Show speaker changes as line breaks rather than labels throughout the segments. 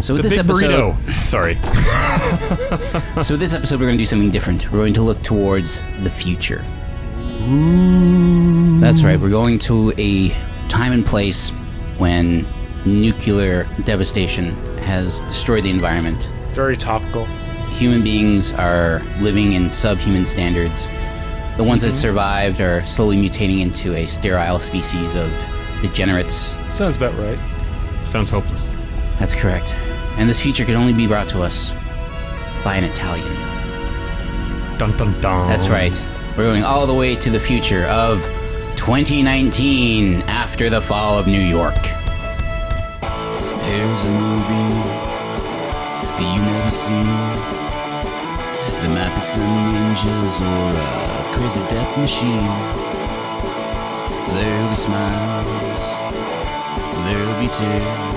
So with
The
this
big
episode,
burrito. Sorry.
so with this episode, we're going to do something different. We're going to look towards the future. That's right. We're going to a time and place when nuclear devastation has destroyed the environment.
Very topical.
Human beings are living in subhuman standards. The ones
Mm-hmm.
that survived are slowly mutating into a sterile species of degenerates.
Sounds about right.
Sounds hopeless.
That's correct. And this future could only be brought to us by an Italian.
Dun dun dun.
That's right. We're going all the way to the future of 2019 after the fall of New York.
There's a movie that you never seen. There might be some ninjas or a crazy death machine. There'll be smiles, there'll be tears.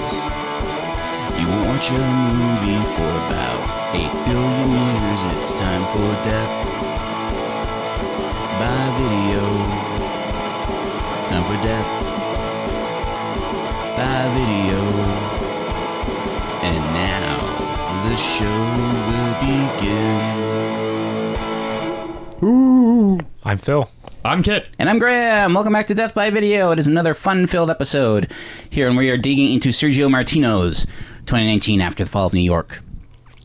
You won't watch a movie for about 8 billion years. It's time for death by video. Time for death by video. And now the show will begin.
I'm Phil.
I'm Kit.
And I'm Graham. Welcome back to Death by Video. It is another fun filled episode here, and we are digging into Sergio Martino's 2019 after the fall of New York.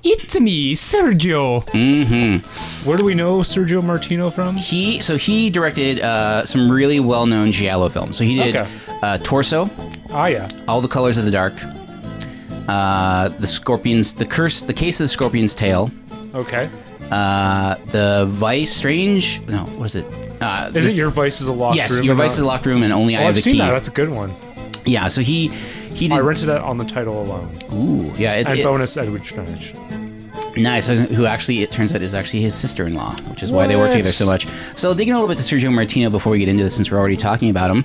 It's me, Sergio.
Where do we know Sergio Martino from?
He so he directed uh, some really well known giallo films. So he did
Okay.
uh, Torso,
Ah, yeah.
All the Colors of the Dark, uh, The Scorpion's, The Curse, The Case of the Scorpion's Tail,
Okay.
uh, The Vice, Strange. No, what is it? Uh,
Is
the-
it Your Vice is a Locked
Yes,
Room?
your
and
vice is a
not-
locked room, and only I
Oh,
have
I've
the
seen
key.
that. That's a good one.
Yeah, so he he did.
I rented that on the title alone.
ooh, yeah, it's
And
it-
bonus Edwidge Finch.
nice. Who actually it turns out is actually his sister-in-law, which is why they work
What?
together so much. So digging a little bit to Sergio Martino before we get into this, since we're already talking about him.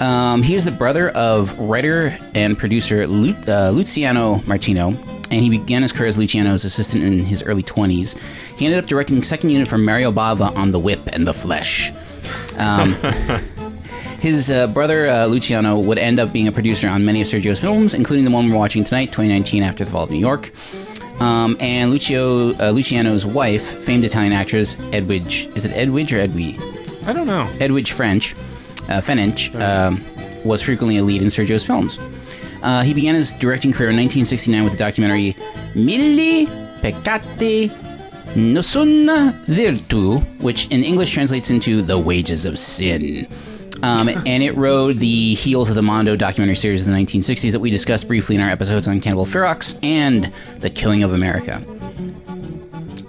Um, he is the brother of writer and producer Lu- uh, Luciano Martino. And he began his career as Luciano's assistant in his early 20s. He ended up directing second unit for Mario Bava on The Whip and The Flesh. Um, His uh, brother uh, Luciano would end up being a producer on many of Sergio's films, including the one we're watching tonight, 2019, After the Fall of New York. Um, and Lucio, uh, Luciano's wife, famed Italian actress Edwidge, is it Edwidge or Edwi?
I don't know.
Edwidge French, uh, Fenech, um, was frequently a lead in Sergio's films. Uh, he began his directing career in 1969 with the documentary Mille Peccati Nessuna Virtu, which in English translates into The Wages of Sin. Um, and it rode the heels of the Mondo documentary series of the 1960s that we discussed briefly in our episodes on Cannibal Ferox and The Killing of America.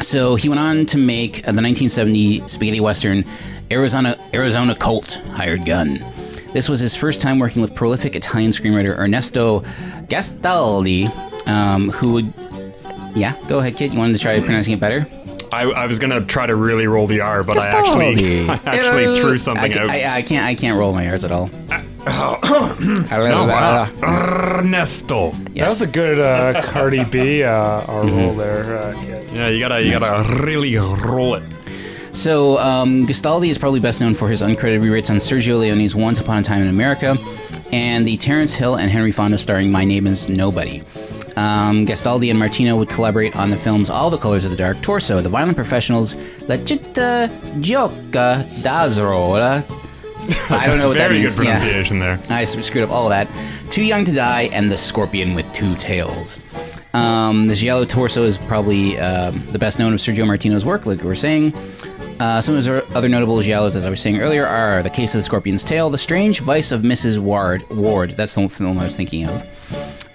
So he went on to make uh, the 1970 spaghetti western Arizona Arizona Colt Hired Gun. This was his first time working with prolific Italian screenwriter Ernesto Gastaldi, um, who would. Yeah, go ahead, kid. You wanted to try pronouncing it better?
I, I was gonna try to really roll the R, but
Gastaldi.
I actually, I actually threw
I,
something
ca-
out.
I, I can't. I can't roll my R's at all.
oh wow, Ernesto.
That was a good uh, Cardi B uh, our
Mm-hmm.
role there. Uh, yeah.
Yeah, you gotta, you gotta really roll it.
So, um, Gastaldi is probably best known for his uncredited rewrites on Sergio Leone's Once Upon a Time in America and the Terrence Hill and Henry Fonda starring My Name is Nobody. Um, Gastaldi and Martino would collaborate on the films All the Colors of the Dark, Torso, The Violent Professionals, La Città Gioca d'Azzurra. I don't know what that
Very
means.
good pronunciation there.
I s- screwed up all that. Too Young to Die and The Scorpion with Two Tails. Um, this yellow torso is probably um the best known of Sergio Martino's work, like we were saying. Uh, some of his o- other notable giallos, as I was saying earlier, are The Case of the Scorpion's Tail, The Strange Vice of Mrs. Ward. Ward, that's the film I was thinking of,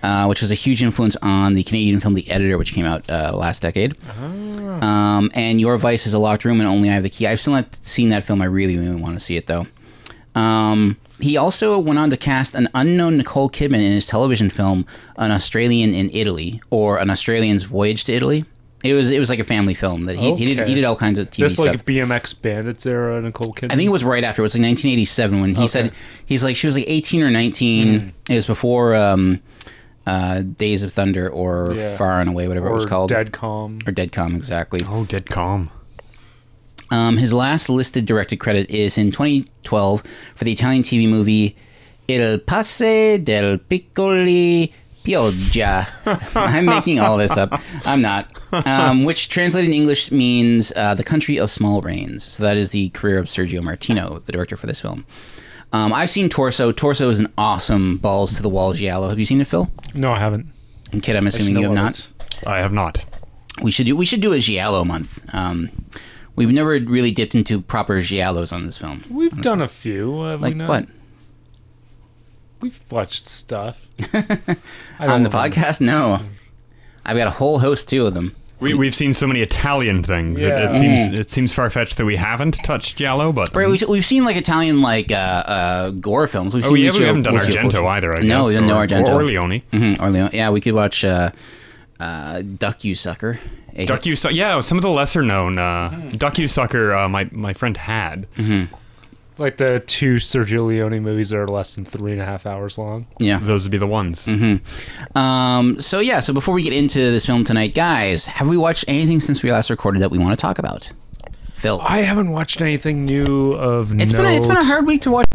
uh, which was a huge influence on the Canadian film The Editor, which came out uh, last decade.
Ah.
Um, and Your Vice is a Locked Room and Only I Have the Key. I've still not seen that film. I really, really want to see it, though. Um, he also went on to cast an unknown Nicole Kidman in his television film An Australian in Italy or An Australian's Voyage to Italy. It was it was like a family film that he, he did
Okay.
he did all kinds of TV
This
stuff.
like BMX Bandits era Nicole Kidman.
I think it was right after. It was like 1987 when he said he's like she was like 18 or 19.
Hmm.
It was before um, uh, Days of Thunder or
Yeah.
Far and Away, whatever it was
Or
called,
Dead Calm.
or Deadcom exactly.
Oh, dead calm.
Um, his last listed directed credit is in 2012 for the Italian TV movie Il Passe del Piccoli Pioja. I'm making all this up. I'm not. Um, which translated in English means uh, the country of small rains. So that is the career of Sergio Martino, the director for this film. Um, I've seen Torso. Torso is an awesome balls to the wall giallo. Have you seen it, Phil?
No, I haven't.
And Kid, I'm assuming you have not.
I have not.
We should do we should do a giallo month. Um, we've never really dipped into proper giallos on this film.
We've done a few. Have
Like
we not?
what
We've watched stuff. I
on the
don't remember.
podcast? No, I've got a whole host too of them.
We, we've seen so many Italian things. It, it
Yeah.
seems it seems far fetched that we haven't touched Giallo, but
Right, we've, we've seen like Italian like uh, uh, gore films. We've
oh,
seen
yeah, we
Lucio-
haven't done
Lucio
Argento
Fulci.
either. I
No,
guess,
we didn't know
or-
Argento.
or Leone.
Mhm, or Leone. Yeah, we could watch uh, uh, Duck You Sucker. A-
Docu, yeah, some of the lesser known uh, docu sucker. Uh, my my friend had.
Mm-hmm.
Like the two Sergio Leone movies that are less than three and a half hours long.
Yeah.
Those would be the ones.
Mm-hmm. Um, so yeah, so before we get into this film tonight, guys, have we watched anything since we last recorded that we want to talk about? Phil,
I haven't watched anything new of
it's been a, it's been a hard week to watch.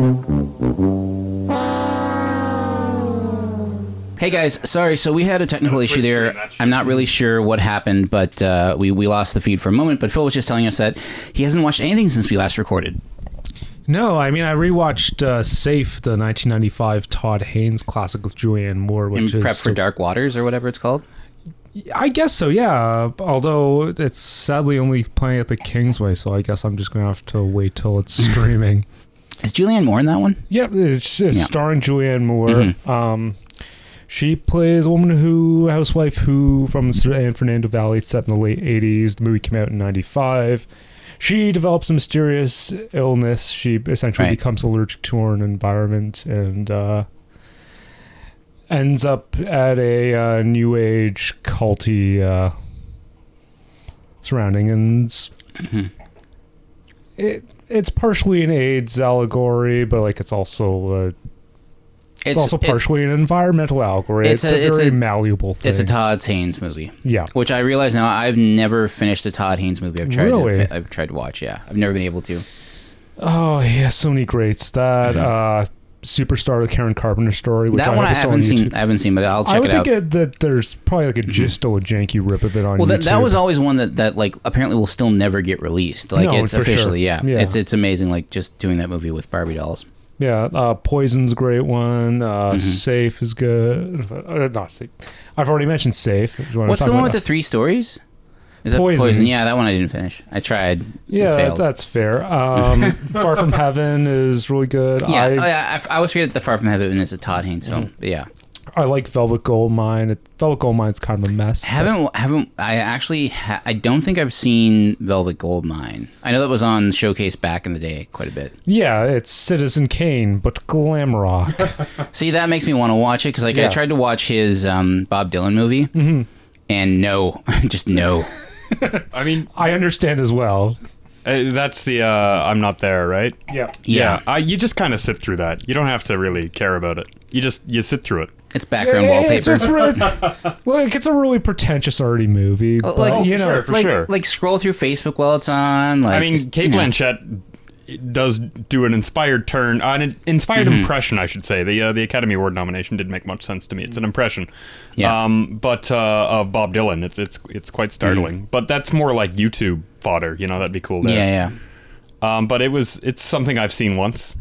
Hey guys, sorry. So we had a technical issue there. I'm not really sure what happened, but uh, we we lost the feed for a moment. But Phil was just telling us that he hasn't watched anything since we last recorded.
No, I mean I rewatched uh, Safe, the 1995 Todd Haynes classic with Julianne Moore,
In
which is
prep for Dark Waters or whatever it's called.
I guess so, yeah. Although it's sadly only playing at the Kingsway, so I guess I'm just gonna have to wait till it's streaming.
Is Julianne Moore in that one?
Yep, it's, it's
Yeah. Mm-hmm.
starring Julianne Moore. Um, she plays a woman who, housewife who, from the San Fernando Valley, it's set in the late 80s. The movie came out in 95. She develops a mysterious illness. She essentially
Right.
becomes allergic to her environment and uh, ends up at a uh, new age culty uh, surrounding. And s-
Mm-hmm.
it, it's partially an AIDS allegory, but like it's also a it's, also
it-
partially an environmental allegory.
it's
It's,
a-
a,
it's
very
a-
malleable thing.
It's a Todd Haynes movie.
yeah.
Which I realize now, I've never finished a Todd Haynes movie. I've tried.
Really?
To, I've tried to watch. Yeah, I've never been able to.
Oh yeah, so many greats. That uh, superstar, the Karen Carpenter story, which
Mm-hmm. that
I,
one I
have saw on
haven't seen.
YouTube.
I haven't seen, but I'll check
I would
it out. Mm-hmm.
think it, that there's probably like a just still a janky rip of it on
well,
YouTube.
that, that was always one that, that like apparently will still never get released. Like
No,
it's
for sure.
officially, yeah.
Yeah.
It's it's amazing. Like just doing that movie with Barbie dolls.
yeah. Uh, Poison's a great one.
Mm-hmm.
Uh, Safe is good. Uh, not safe. I've already mentioned Safe. if you wanna
What's
talk
the one
about
with
that.
the three stories? Is that
Poison.
Yeah, that one I didn't finish. I tried. and
Yeah,
failed.
that's fair. Um, Far from Heaven is really good.
yeah.
I, Mm-hmm.
oh, yeah, I, I was that the Far from Heaven is a Todd Haynes film. But yeah,
I like Velvet Goldmine. It, Velvet Goldmine's kind of a mess. but-
haven't haven't I actually? Ha- I don't think I've seen Velvet Goldmine. I know that was on Showcase back in the day quite a bit.
Yeah, it's Citizen Kane, but glam rock.
See, that makes me want to watch it because like I
Yeah. Mm-hmm.
tried to watch his um, Bob Dylan movie, and no, just no.
I mean,
I understand as well.
uh, that's the uh, I'm not there, right?
Yeah.
Yeah,
I, you just kind of sit through that. You don't have to really care about it. You just you sit through it.
it's background wallpaper.
It's, it's really, look, it's a really pretentious already movie, but
like- Oh,
you
for
know,
sure, for
like,
sure.
like scroll through Facebook while it's on. Like,
I mean,
just,
Kate
you know.
Blanchett does do an inspired turn, uh, an inspired
Mm-hmm.
impression, I should say. The uh, the Academy Award nomination didn't make much sense to me. It's an impression,
Yeah.
Um, but uh, of Bob Dylan, it's it's it's quite startling.
Mm-hmm.
But that's more like YouTube fodder, you know. That'd be cool. There.
Yeah, yeah.
Um, but it was it's something I've seen once.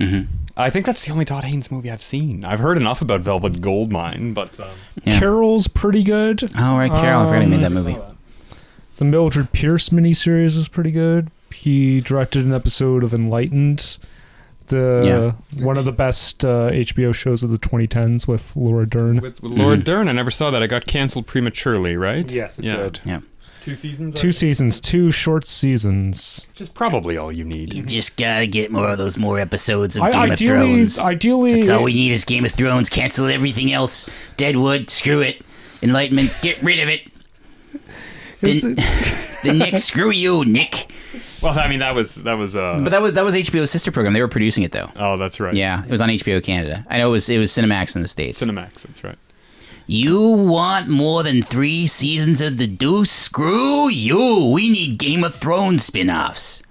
Mm-hmm.
I think that's the only Todd Haynes movie I've seen. I've heard enough about Velvet Goldmine, but um,
Yeah.
Carol's pretty good.
Oh right, Carol. I forgot he made that movie.
The Mildred Pierce miniseries was pretty good. He directed an episode of Enlightened, the one of the best uh, HBO shows of the 2010s with uh, Laura Dern.
with, with Laura Dern, I never saw that. It got canceled prematurely, right? yeah.
Yeah,
Two seasons.
Two seasons, two short seasons.
which is probably all you need.
just gotta get more of those more episodes of
I, ideally, ideally,
need is Game of Thrones. Cancel everything else. Deadwood, screw it. Enlightenment, get rid of it.
Is
The, the Nick, screw you, Nick.
Well, I mean that was that was uh.
But that was that was HBO's sister program. They were producing it though.
oh, that's right.
Yeah, it was on HBO Canada. I know it was it was Cinemax in the states.
Cinemax. That's right.
You want more than three seasons of The Deuce? Screw you! We need Game of Thrones spin offs.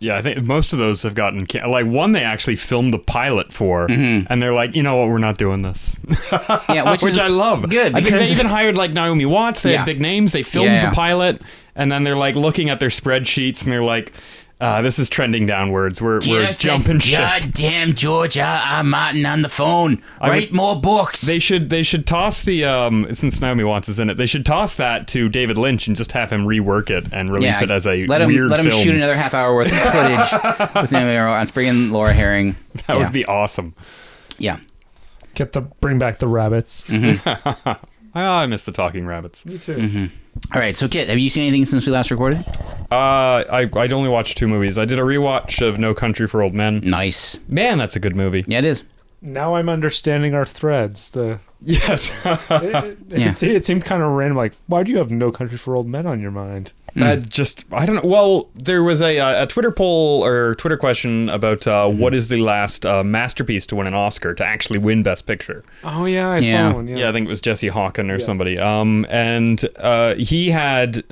Yeah, I think most of those have gotten can- like one they actually filmed the pilot for,
Mm-hmm.
and they're like, you know what, we're not doing this,
Yeah, Uh, which,
which
is
I love.
Good
I think
because
they even hired like Naomi Watts. They
Yeah.
had big names. They filmed
Yeah, yeah.
the pilot, and then they're like looking at their spreadsheets and they're like, uh, this is trending downwards. We're
Get
we're
us
jumping
that
ship.
Goddamn George R. R. Martin on the phone.
I
Write
would-
more books.
They should they should toss the um since Naomi Watts is in it, they should toss that to David Lynch and just have him rework it and release it as a
let him
weird
let him
film.
shoot another half hour worth of footage with Naomi Watts, bring in Laura Herring.
That
yeah.
would be awesome.
yeah.
Get the bring back the rabbits.
Mm-hmm.
Ah, I miss the talking rabbits.
All right, so Kit, have you seen anything since we last recorded?
Uh, I I'd only watched two movies. I did a rewatch of No Country for Old Men.
Nice.
Man, that's a good movie.
Yeah, it is.
Now I'm understanding our threads. The
Yes,
it,
Yeah.
it seemed kind of random. Like, why do you have No Country for Old Men on your mind?
that just I don't know. Well, there was a uh, a Twitter poll or Twitter question about uh, what is the last uh, masterpiece to win an Oscar to actually win Best Picture.
Oh yeah, I
Yeah.
saw one. Yeah.
Yeah, I think it was Jesse Hawken or somebody. Um, and uh, he had,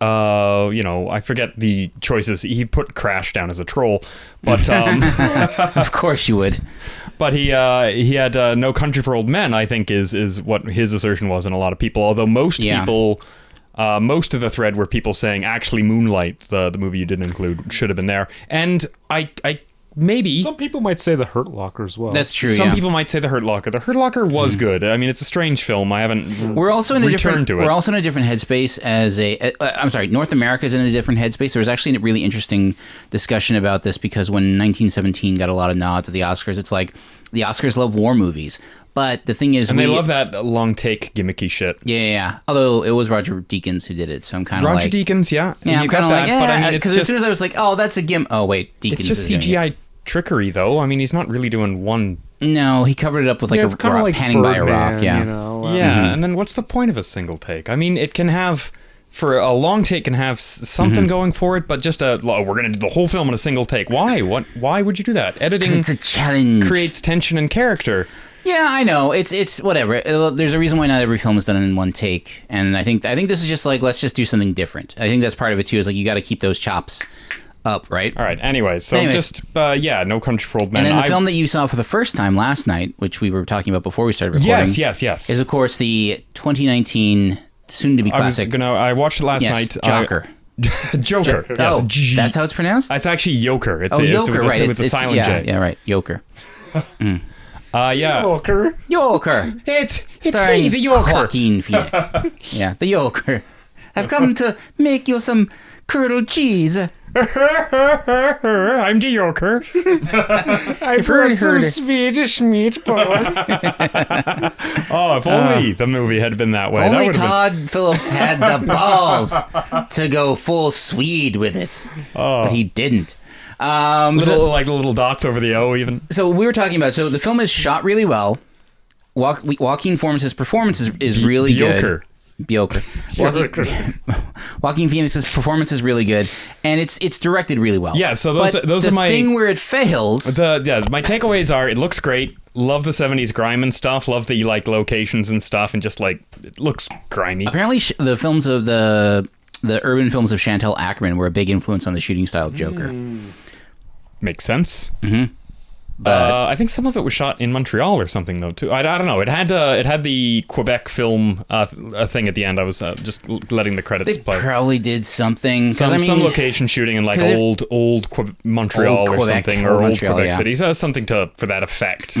uh, you know, I forget the choices. He put Crash down as a troll, but um,
of course you would.
but he uh, he had uh, No Country for Old Men. I think is is what his assertion was, and a lot of people. Although most
Yeah.
people. Uh, most of the thread were people saying actually Moonlight, the the movie you didn't include, should have been there. And I I maybe
Some people might say the Hurt Locker as well.
That's true.
some
yeah.
people might say the Hurt Locker. The Hurt Locker was good. I mean, it's a strange film. I haven't.
we're also in a
returned
different
to it.
we're also in a different headspace as a uh, uh, I'm sorry North America is in a different headspace there was actually a really interesting discussion about this because when 1917 got a lot of nods at the Oscars it's like the Oscars love war movies but the thing is
and
we,
they love that long take gimmicky shit.
yeah, yeah yeah although it was Roger Deakins who did it so I'm kind of
Roger
like
Deakins, yeah.
yeah I'm
you got
kind of like
that, but I mean, it's
because as
just,
soon as I was like oh that's a gim oh wait Deakins
it's just
is doing it.
CGI trickery, though. I mean, he's not really doing one.
no he covered it up with like
yeah,
a
it's kind
rock,
of like
panning by a rock
Birdman,
yeah
You know, uh,
yeah,
mm-hmm.
and then what's the point of a single take? I mean, it can have. For a long take can have s- something
Mm-hmm.
going for it, but just a "Oh, we're gonna do the whole film in a single take. Why? What? Why would you do that?
'Cause
Editing
it's a challenge
creates tension and character.
Yeah, I know. It's it's whatever. Uh, There's a reason why not every film is done in one take, and I think I think this is just like let's just do something different. I think that's part of it too. Is like you got to keep those chops up, right?
All right. Anyway, so
Anyways.
just uh, yeah, no country for old men.
And then the
I-
film that you saw for the first time last night, which we were talking about before we started recording,
yes, yes, yes.
is of course the 2019 soon-to-be
I was
classic.
gonna. I watched it last
yes,
night. I-
Joker.
Joker. Yes.
oh,
J-
that's how it's pronounced.
It's actually Joker. It's,
oh,
it's
Joker,
with a,
right?
With
It's,
a
it's,
silent
yeah,
J.
yeah, right. Joker.
Uh, yeah.
Joker.
Joker.
It's
starring Joaquin Phoenix. yeah, the Joker. I've come to make you some curdled cheese.
I'm the Joker.
I
already
brought some
heard it.
Swedish meatball.
Oh, if only the movie had been that way. that
Only
would've been-
Todd Phillips had the balls to go full Swede with it, but
Oh.
he didn't. Um, so-
little, like the little dots over the O, even.
so we were talking about so the film is shot really well. Joaqu- we- Joaquin Phoenix's performance is, is really
Bjorker.
good. Bjorker. Joaquin, Joaquin Phoenix's performance is really good, and it's it's directed really well.
Yeah, so those-
But
those
the
are my-
thing where it fails.
The yeah, my takeaways are: it looks great. Love the '70s grime and stuff. Love the like locations and stuff, and just like it looks grimy.
Apparently, sh- the films of the the urban films of Chantel Ackerman were a big influence on the shooting style of Joker.
Hmm. Makes sense. Mm-hmm. uh, I think some of it was shot in Montreal or something though too. I, I don't know. It had uh, it had the Quebec film uh, th- uh, thing at the end. I was uh, just l- letting the credits
They
play.
probably did something. 'cause
some,
I mean,
some location shooting in like
'cause it-
old old Queb Montreal
Old
or
Quebec,
something
old
or old
Montreal,
Quebec
yeah.
City, so something to for that effect.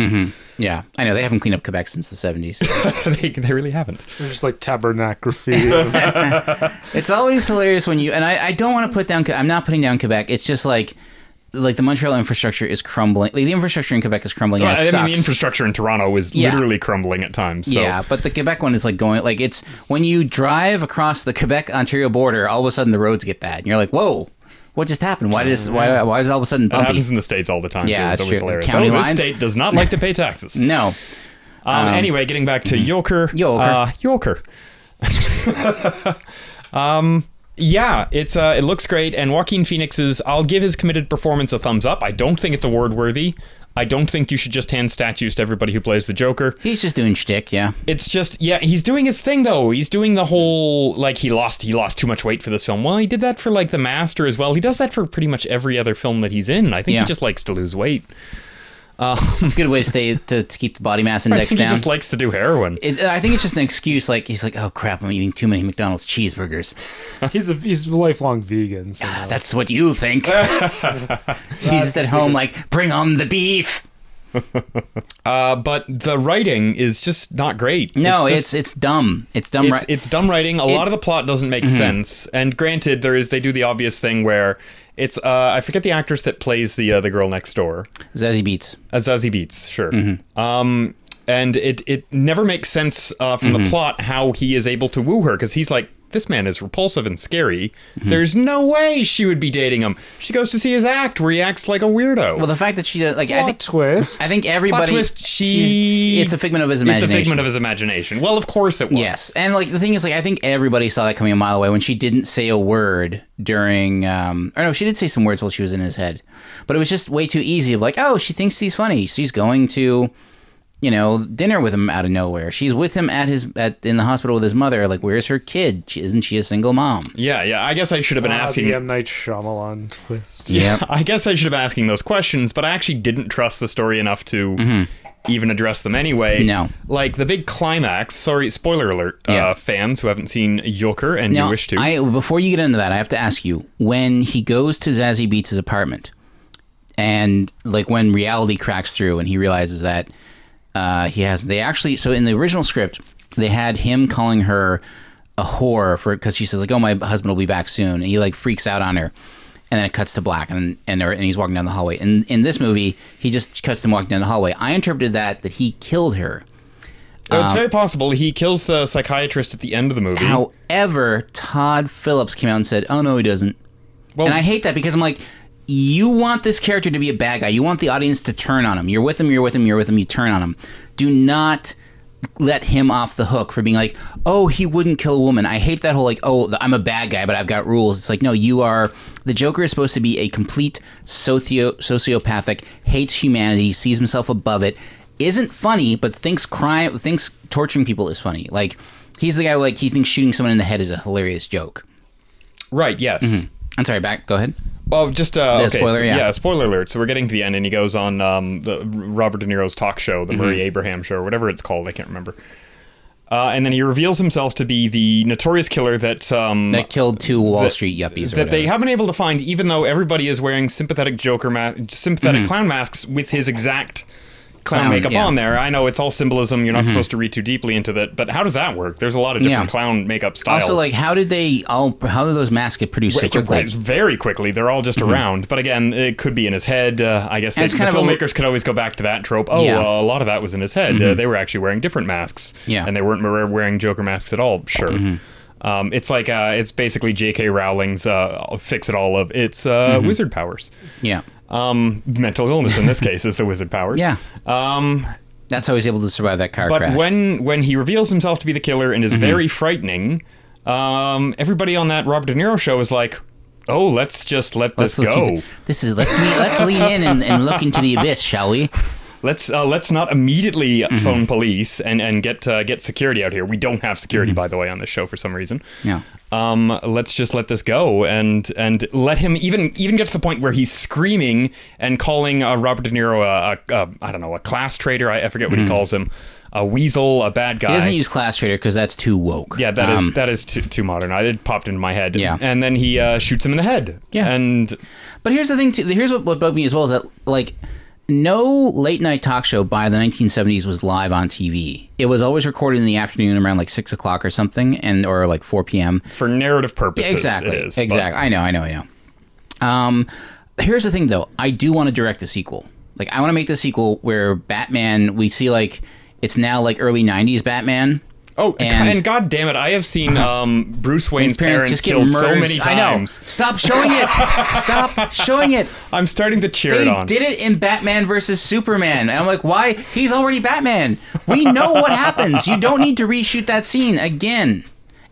Yeah, I know they haven't cleaned up Quebec since the seventies.
they, they really haven't.
They're just like tabernacle graffiti.
it's always hilarious when you and I, I don't want to put down. Que- I'm not putting down Quebec. It's just like like the Montreal infrastructure is crumbling. Like the infrastructure in Quebec is crumbling. and
I
it
mean, the
sucks.
infrastructure in Toronto is
Yeah.
literally crumbling at times. So.
Yeah, but the Quebec one is like going like it's when you drive across the Quebec Ontario border, all of a sudden the roads get bad, and you're like, whoa. What just happened? Why does why why is all of a sudden
It
bumpy?
happens in the states all the time.
Yeah,
too.
that's
it's always
true.
hilarious.
County
oh, this
lines. um,
state does not like to pay taxes. um,
No,
anyway, getting
mm.
uh, back to Yoker.
Yoker.
Uh, Yoker. um, Yeah, it's uh, it looks great, and Joaquin Phoenix's. I'll give his committed performance a thumbs up. I don't think it's award worthy. I don't think you should just hand statues to everybody who plays the Joker.
He's just doing shtick, yeah.
It's just yeah, he's doing his thing though. He's doing the whole like he lost he lost too much weight for this film. Well, he did that for like The Master as well. He does that for pretty much every other film that he's in. I think
Yeah.
he just likes to lose weight.
It's a good way to stay to, to keep the body mass
I
index
think
down.
he just likes to do heroin.
It's- I think it's just an excuse. Like he's like, oh crap, I'm eating too many McDonald's cheeseburgers.
He's a he's a lifelong vegan. So
Ah, That's what you think. he's just at home, like, bring on the beef.
Uh, but the writing is just not great.
No, it's
just-
it's, dumb. It's dumb. Mm-hmm.
it's,
right?
it's dumb writing. A lot of the plot doesn't make sense. And granted, there is they do the obvious thing where it's uh, I forget the actress that plays the uh, the girl next door,
Zazie Beats.
Azazi Beats, sure.
Mm-hmm.
Um, and it it never makes sense uh, from
Mm-hmm.
the plot how he is able to woo her because he's like this man is repulsive and scary.
Mm-hmm.
There's no way she would be dating him. She goes to see his act where he acts like a weirdo.
Well, the fact that she does, like, I
plot
think
twist.
I think everybody.
twist,
she's-
she-
it's a figment of his
it's a
imagination.
figment of his imagination. Well, of course it was.
Yes, and like the thing is, like I think everybody saw that coming a mile away when she didn't say a word during. Um, or no, she did say some words while she was in his head, but it was just way too easy. Of like, oh, she thinks he's funny. She's going to, you know, dinner with him out of nowhere. She's with him at his at in the hospital with his mother. Like, where's her kid? She, isn't she a single mom?
Yeah, yeah. I guess I should have been
Ah,
asking
the M Night Shyamalan twist.
Yep.
I guess I should have been asking those questions, but I actually didn't trust the story enough to even address them anyway.
Mm-hmm. No.
Like the big climax, sorry, spoiler alert,
Yeah.
uh, fans who haven't seen Joker and
Now,
you wish to.
I before you get into that, I have to ask you: when he goes to Zazie Beats' apartment, and like when reality cracks through and he realizes that uh, he has, they actually so in the original script they had him calling her a whore for because she says like, "Oh, my husband will be back soon," and he like freaks out on her. And then it cuts to black, and and, they're- and he's walking down the hallway. And in this movie, he just cuts him walking down the hallway. I interpreted that that he killed her.
Oh,
um,
it's very possible he kills the psychiatrist at the end of the movie.
However, Todd Phillips came out and said, "Oh no, he doesn't." and I hate that because I'm like, you want this character to be a bad guy. You want the audience to turn on him. You're with him. You're with him. You're with him. You turn on him. Do not let him off the hook for being like, oh, he wouldn't kill a woman. I hate that whole like, oh, I'm a bad guy, but I've got rules. It's like, no, you are. The Joker is supposed to be a complete socio sociopathic, hates humanity, sees himself above it, isn't funny, but thinks crime, thinks torturing people is funny. Like, he's the guy who, like he thinks shooting someone in the head is a hilarious joke.
right, yes.
I'm sorry, back. Go ahead.
Oh, just uh,
Mm-hmm. The
okay,
spoiler,
so-
yeah.
spoiler alert. So we're getting to the end, and he goes on um, the Robert De Niro's talk show,
Mm-hmm.
the Murray Abraham show, or whatever it's called. I can't remember. Uh, and then he reveals himself to be the notorious killer that um,
That killed two Wall Street yuppies. Or
that they
whatever.
haven't been able to find, even though everybody is wearing sympathetic Joker ma- sympathetic clown masks with his exact clown,
Mm-hmm. Clown,
makeup
yeah. Mm-hmm.
on there. I know it's all symbolism. You're not supposed to read too deeply into that, but how does that work? There's a lot of different
Yeah.
clown makeup styles.
Also, like, how did they all? How did those masks get produced so
It can-
quickly? Mm-hmm.
very quickly, they're all just around. But again, it could be in his head. Uh, I guess
And
they,
it's
the
kind of a
filmmakers could always go back to that trope. Oh,
Yeah. Mm-hmm.
well, a lot of that was in his head. Uh, they were actually wearing different masks,
Yeah. Mm-hmm.
and they weren't mer- wearing Joker masks at all. Sure. Um, it's like uh, it's basically J.K. Rowling's uh, fix it all of it's uh,
Mm-hmm.
wizard powers.
Yeah,
Um, mental illness in this case is the wizard powers.
Yeah.
Um,
that's how he's able to survive that car
but
crash. Mm-hmm.
when when he reveals himself to be the killer and is very frightening, um, everybody on that Robert De Niro show is like, "Oh, let's just let
Let's
this
look
go.
into- This is let's lean, let's lean in and, and look into the abyss, shall we?
Let's uh, let's not immediately
Mm-hmm.
phone police and and get uh, get security out here. We don't have security, by the way, on this show for some reason.
Mm-hmm. Yeah.
Um, let's just let this go and and let him even even get to the point where he's screaming and calling uh, Robert De Niro a, a, a I don't know a class traitor. I, I forget what he calls him, a weasel, a bad guy.
Mm-hmm. He doesn't use class trader because that's too woke.
yeah, that is
Um,
that is too, too modern. I, it popped into my head.
Yeah.
and then he uh, shoots him in the head.
Yeah.
and
But here's the thing. Too, here's what, what bugged me as well is that like no late night talk show by the 1970s was live on TV. It was always recorded in the afternoon around like six o'clock or something, and or like four p.m.
for narrative purposes,
exactly.
it is but-
exactly. I know. I know. I know. Um, here's the thing, though. I do want to direct the sequel. Like, I want to make the sequel where Batman. We see like it's now like early '90s Batman.
Oh, and,
And- Uh-huh.
and god damn it, I have seen um, Bruce Wayne's parents,
Parents just get
killed
murdered.
so many
I know.
times.
Stop showing it. Stop showing it.
I'm starting to cheer it
They
on.
did it in Batman versus Superman, and I'm like, why? He's already Batman. We know what happens. You don't need to reshoot that scene again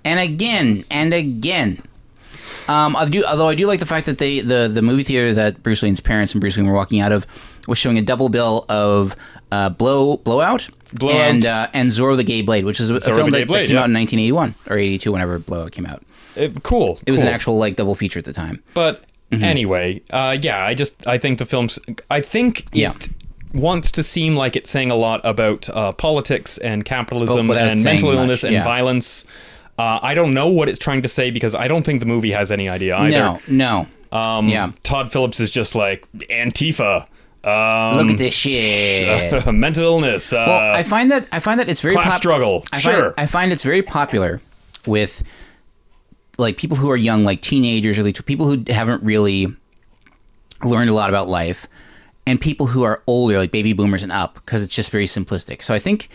and again and again. Um, I do, although I do like the fact that they the the movie theater that Bruce Wayne's parents and Bruce Wayne were walking out of was showing a double bill of uh, Blow Blowout,
Blowout.
and uh, and Zorro the Gay Blade, which is a, a
Zorro
film
the Gay
that, that
Blade,
came
yeah.
out in 1981 or 82, whenever Blowout came out.
Uh, cool.
It was an Mm-hmm. actual like double feature at the time.
But anyway, uh, yeah, I just I think the film's I think
Yeah.
it wants to seem like it's saying a lot about uh, politics and capitalism
Oh, without
and
saying
mental
much,
illness and
yeah.
violence. Uh, I don't know what it's trying to say because I don't think the movie has any idea either.
No, no.
Um,
Yeah.
Todd Phillips is just like Antifa. Um, uh,
Look at this shit.
mental illness. Uh,
well, I find that I find that it's very
class struggle,
I find,
sure.
I find it's very popular with like people who are young, like teenagers, early tw- people who haven't really learned a lot about life, and people who are older, like baby boomers and up, because it's just very simplistic. So I think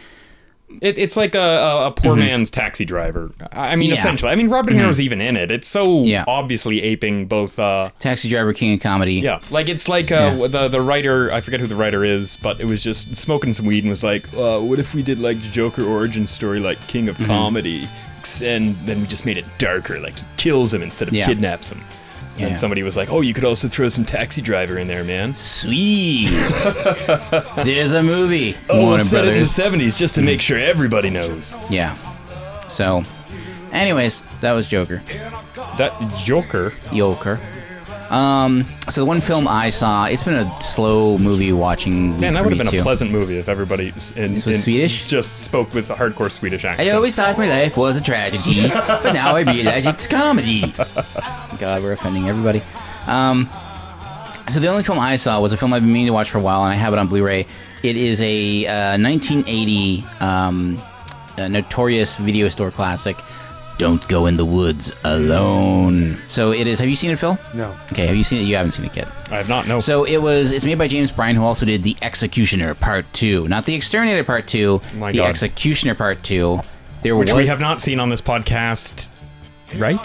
it, it's like a, a, a poor man's taxi driver. I I mean,
Mm-hmm. Yeah. Mm-hmm.
essentially. I mean, Robert De Niro's even in it. It's so
Yeah.
obviously aping both. Uh,
Taxi Driver, King of Comedy,
yeah, like it's like uh, the the writer. I forget who the writer is, but it was just smoking some weed and was like, uh, "What if we did like Joker origin story, like King
Mm-hmm.
of Comedy, and then we just made it darker, like he kills him instead of
Yeah.
kidnaps him."
Yeah.
And somebody was like, "Oh, you could also throw some taxi driver in there, man."
sweet. There's a movie,
Oh, we'll
Warner
set it in the
Brothers.
'70s just to make sure everybody knows
Yeah. So, anyways, that was Joker.
that Joker.
Yoker. Um, so the one film I saw, it's been a slow movie watching. Week
Man, that
for
would
me,
have been
too.
a pleasant movie if everybody s- in,
This was
in-
Swedish?
just spoke with a hardcore Swedish accent.
I always thought my life was a tragedy, but now I realize it's comedy. God, we're offending everybody. Um, so the only film I saw was a film I've been meaning to watch for a while, and I have it on Blu-ray. It is a uh, 1980 um, a notorious video store classic. Don't go in the woods alone. So it is. Have you seen it, Phil?
No.
Okay, have you seen it? You haven't seen it yet.
I have not no.
So it was. It's made by James Bryan, who also did The Executioner Part Two, not The Exterminator Part Two.
My
the
God.
Executioner Part Two. There
which
was
we have not seen on this podcast, right?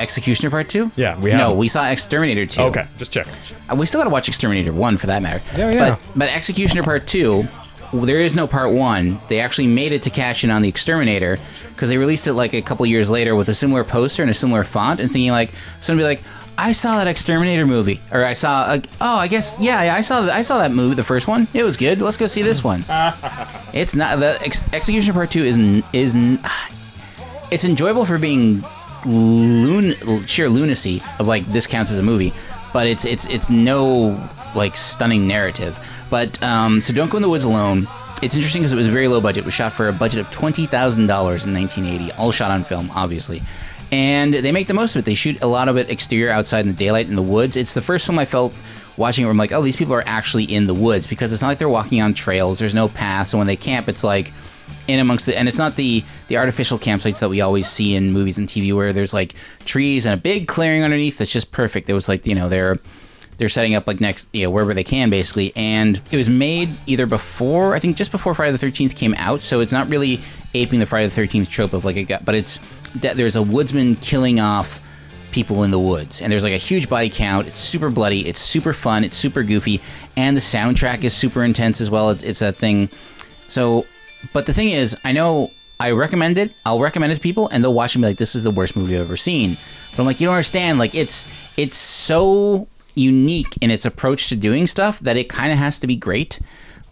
Executioner Part Two.
Yeah, we
No,
haven't.
we saw Exterminator Two.
Okay, just check.
Uh, we still got to watch Exterminator One for that matter.
Yeah, yeah.
But, but Executioner Part Two. well, There is no part one. They actually made it to cash in on the Exterminator because they released it like a couple years later with a similar poster and a similar font, and thinking like somebody like, "I saw that Exterminator movie," or "I saw like, oh, I guess yeah, yeah, I saw th- I saw that movie, the first one. It was good. Let's go see this one." it's not the ex- Executioner Part Two is n- is n- it's enjoyable for being lun- sheer lunacy of like this counts as a movie, but it's it's it's no like stunning narrative. But um, so don't go in the woods alone. It's interesting because it was very low budget. It was shot for a budget of twenty thousand dollars in 1980, all shot on film, obviously. And they make the most of it. They shoot a lot of it exterior, outside in the daylight, in the woods. It's the first film I felt watching it where I'm like, oh, these people are actually in the woods because it's not like they're walking on trails. There's no paths, and when they camp, it's like in amongst the, and it's not the the artificial campsites that we always see in movies and TV where there's like trees and a big clearing underneath that's just perfect. It was like you know they're they're setting up like next you know wherever they can basically, and it was made either before I think just before Friday the Thirteenth came out, so it's not really aping the Friday the Thirteenth trope of like a gut, but it's that there's a woodsman killing off people in the woods and there's like a huge body count it's super bloody it's super fun it's super goofy and the soundtrack is super intense as well it's, it's that thing so, but the thing is, I know I recommend it. I'll recommend it to people, and they'll watch it and be like, "This is the worst movie I've ever seen." But I'm like, you don't understand. Like, it's it's so unique in its approach to doing stuff that it kind of has to be great.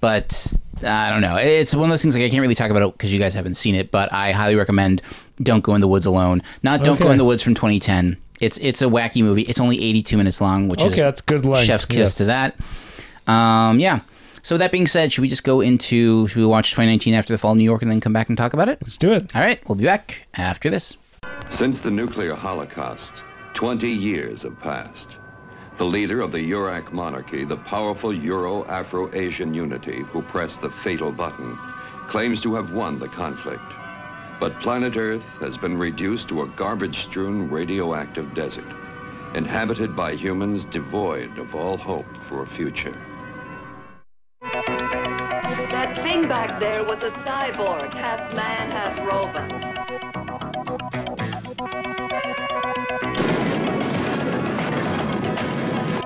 But I don't know. It's one of those things like I can't really talk about it because you guys haven't seen it. But I highly recommend "Don't Go in the Woods Alone." Not "Don't Go
Okay.
in the Woods" from 2010. It's it's a wacky movie. It's only 82 minutes long, which
Okay,
is
that's good length.
Chef's kiss
yes.
to that. Um, yeah. So that being said, should we just go into should we watch 2019 after the fall of New York and then come back and talk about it?
Let's do it.
All right, we'll be back after this.
Since the nuclear holocaust, 20 years have passed. The leader of the Urac monarchy, the powerful Euro-Afro-Asian unity who pressed the fatal button, claims to have won the conflict. But planet Earth has been reduced to a garbage-strewn radioactive desert, inhabited by humans devoid of all hope for a future.
That thing back there was a cyborg, half man, half robot.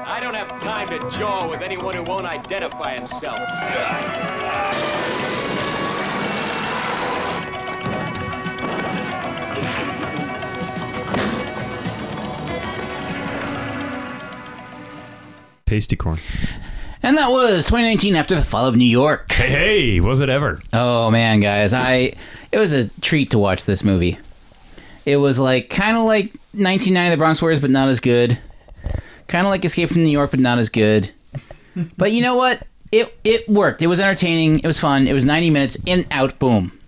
I don't have time to jaw with anyone who won't identify himself.
Tasty corn.
And that was 2019 after the fall of New York.
Hey, hey, was it ever?
Oh man, guys, I it was a treat to watch this movie. It was like kind of like 1990 The Bronx Warriors, but not as good. Kind of like Escape from New York, but not as good. But you know what? It it worked. It was entertaining. It was fun. It was 90 minutes in out. Boom.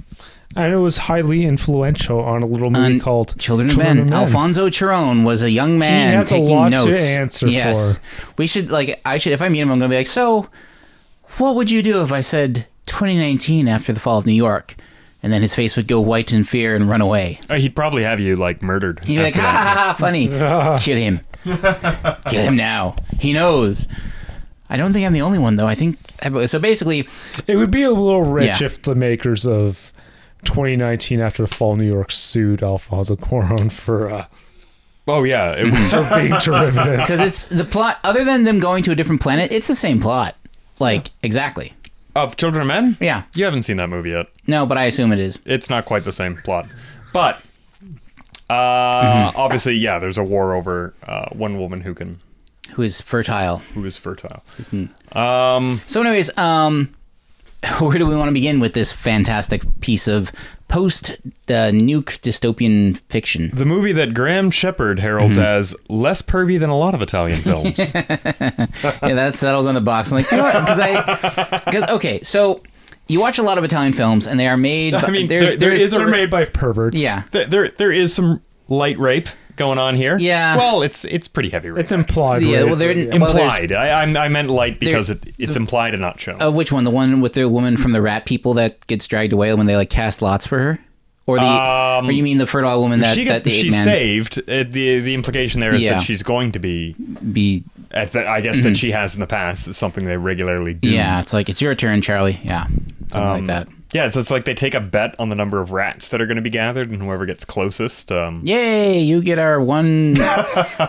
And it was highly influential on a little movie
On
called
Children of Men. Alfonso Chiron was a young man
has a
taking
lot to
notes.
answer
yes. We should like I should if I meet him I'm going to be like, "So, what would you do if I said 2019 after the fall of New York?" And then his face would go white in fear and run away.
Uh, he'd probably have you like murdered.
He'd be like,
after
"Ha
that.
ha ha, funny. Kill him. Kill him now. He knows." I don't think I'm the only one though. I think so basically
It would be a little rich
Yeah.
if the makers of 2019 After the Fall of New York sued Alfonso Cuarón for uh,
"Ah!"
Oh yeah, it was,
for being derivative.
because it's the plot other than them going to a different planet, it's the same plot. Like exactly.
of Children of Men.
Yeah.
you haven't seen that movie yet.
No, but I assume it is.
It's not quite the same plot, but uh,
Mm-hmm.
obviously, yeah, there's a war over uh, one woman who can
Who is fertile.
who is fertile.
So, anyways, um, where do we want to begin with this fantastic piece of post uh, nuke dystopian fiction?
The movie that Graham Shepard heralds as less pervy than a lot of Italian films.
yeah, that's settled in the box. I'm like, you know what? Because I, because okay, so you watch a lot of Italian films, and they are made.
I
by-
mean,
there's-
there- there
there's-
is a-
They're made by perverts.
yeah.
there, there, there is some light rape going on here.
Yeah.
Well, it's it's pretty heavy rape.
It's implied.
Yeah,
rape.
well, they're well, there's-
implied. I, I I meant light because it, it's implied and not shown.
Uh, which one? The one with the woman from the Rat People that gets dragged away when they like cast lots for her, or the,
Um,
or you mean the fertile woman that
she
that
got,
the
she
ape man
saved. Uh, the The implication there is
Yeah.
that she's going to be.
be?
At the, I guess that she has in the past is something they regularly do.
Yeah, it's like it's your turn, Charlie. Yeah, something
Um,
like that.
Yeah, so it's like they take a bet on the number of rats that are going to be gathered, and whoever gets closest, um,
Yay, you get our one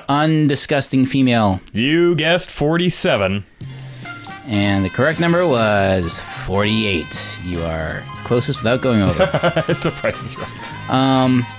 undisgusting female.
you guessed forty-seven.
And the correct number was 48. You are closest without going over.
it's a Price is Right.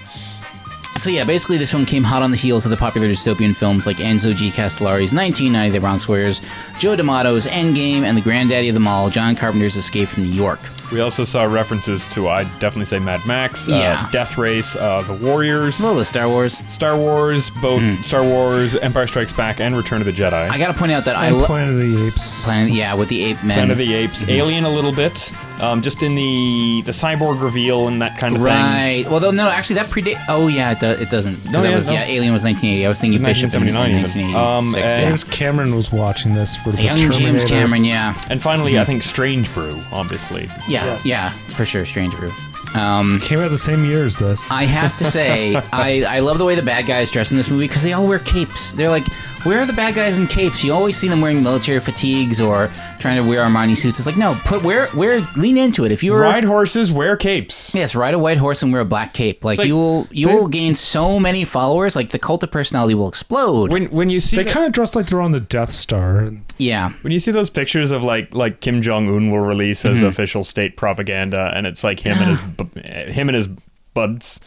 so, yeah, basically, this film came hot on the heels of the popular dystopian films like Enzo G. Castellari's 1990 The Bronx Warriors, Joe D'Amato's Endgame, and the granddaddy of them all, John Carpenter's Escape from New York.
We also saw references to I'd definitely say Mad Max,
Yeah.
uh, Death Race, uh, The Warriors,
Well, with Star Wars.
Star Wars, both Star Wars, Empire Strikes Back, and Return of the Jedi.
I gotta point out that I
And
love.
Planet of the Apes.
Yeah, with the ape men.
Planet of the Apes,
Mhm.
Alien a little bit, um, just in the the cyborg reveal and that kind of thing.
Right. Well, though, no, actually, that predate. Oh, yeah, it, do- it doesn't. 'Cause
No,
that
yeah,
was,
no.
yeah, Alien was 1980. I was thinking Bishop in
1979 even.
1986.
Um, and-
yeah.
James Cameron was watching this for the
Young
Terminator.
James Cameron, yeah.
And finally,
Hmm.
I think Strange Brew, obviously.
Yeah, yeah, for sure. Strange Brew. Um,
Came out the same year as this.
I have to say, I, I love the way the bad guys dress in this movie because they all wear capes. They're like, where are the bad guys in capes? You always see them wearing military fatigues or trying to wear Armani suits. It's like, no, put wear wear lean into it. If you were
Ride horses, wear capes.
yes, ride a white horse and wear a black cape. Like,
like,
you will you
they-
will gain so many followers. Like the cult of personality will explode.
When when you see
They
the-
kind of dress like they're on the Death Star.
yeah,
when you see those pictures of like like Kim Jong Un will release as
Mm-hmm.
official state propaganda, and it's like him and his bu- eh, him and his buds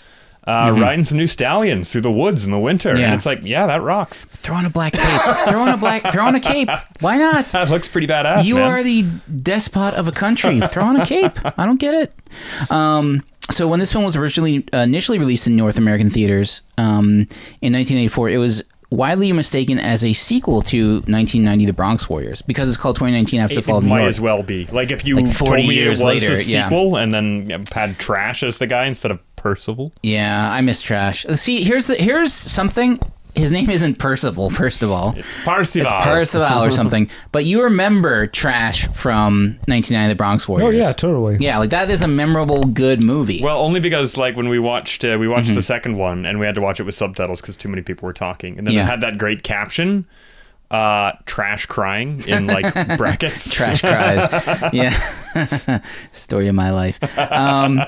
uh, riding some new stallions through the woods in the winter,
Mm-hmm. Yeah.
and it's like yeah, that rocks.
throw on a black cape. throw on a black. Throw on a cape. Why not?
That looks pretty badass.
You
man.
are the despot of a country. Throw on a cape. I don't get it. Um, so when this film was originally uh, initially released in North American theaters um, in 1984, it was widely mistaken as a sequel to 1990 The Bronx Warriors because it's called 2019 After the
It,
Fall of New
might
York.
as well be like if you
Like 40
told me
years
it was
later,
the
yeah.
sequel, and then um, had Trash as the guy instead of Percival.
Yeah, I miss trash. See, here's the here's something. His name isn't Percival, first of all.
Parsival.
It's Percival or something. But you remember Trash from 1990 The Bronx
Oh
Warriors.
yeah, totally.
Yeah, like that is a memorable, good movie.
Well, only because like when we watched uh, we watched
Mm-hmm.
the second one and we had to watch it with subtitles because too many people were talking, and then
Yeah.
it had that great caption, uh, "trash crying" in like brackets.
trash cries. yeah. Story of my life. Um,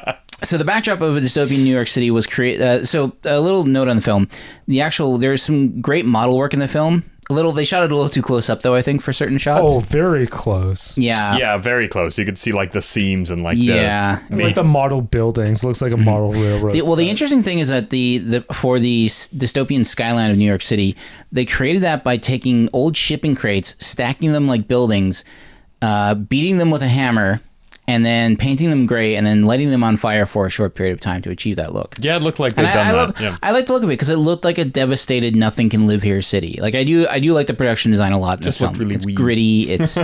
so the backdrop of a dystopian New York City was created. Uh, so a little note on the film. The actual there's some great model work in the film. A little, they shot it a little too close up, though. I think for certain shots.
Oh, very close.
yeah,
yeah, very close. You could see like the seams and like
Yeah.
The,
Like the model buildings looks like a model railroad.
The- well,
uh,
the interesting thing is that the, the for the s- dystopian skyline of New York City, they created that by taking old shipping crates, stacking them like buildings, uh, beating them with a hammer, and then painting them gray, and then lighting them on fire for a short period of time to achieve that look.
yeah, it looked like they'd
And I,
done
I,
that.
love,
yeah.
I like the look of it because it looked like a devastated, nothing can live here city. Like I do, I do like the production design a lot. In
Just
this
looked
film.
really
it's
wee.
gritty. It's,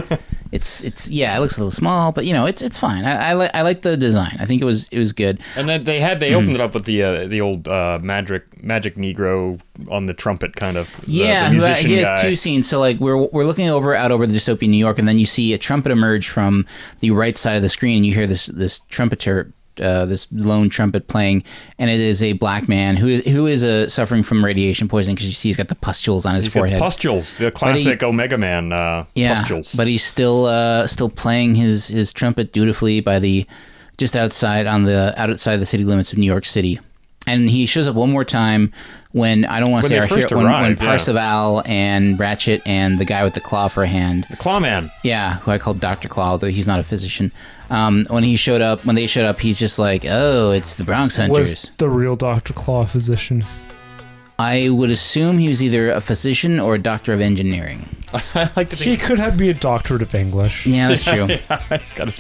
it's, it's yeah. It looks a little small, but you know, it's it's fine. I, I like I like the design. I think it was it was good.
And then they had they
Mm.
opened it up with the uh, the old uh, magic magic Negro on the trumpet kind of uh, the-
Yeah,
the
who-
musician
he has
guy.
two scenes. So like we're we're looking over out over the dystopian New York, and then you see a trumpet emerge from the right side of the screen, and you hear this this trumpeter. Uh, this lone trumpet playing, and it is a black man who is who is uh, suffering from radiation poisoning because you see he's got the pustules on his
He's got the
forehead.
pustules, the classic Omega Man uh,
yeah,
pustules.
but he's still uh, still playing his his trumpet dutifully by the just outside on the outside the city limits of New York City, and he shows up one more time when I don't want to
When
say
they
our
first
hero- when, when
arrived, yeah.
Parseval and Ratchet and the guy with the claw for a hand
the Clawman.
yeah, who I called Dr. Claw, although he's not a physician. Um, when he showed up, when they showed up, he's just like, oh, it's the Bronx Hunters.
was the real Doctor Claw physician.
I would assume he was either a physician or a doctor of engineering.
I like to
He
think
could have be a doctorate of English.
Yeah, that's true.
he's got his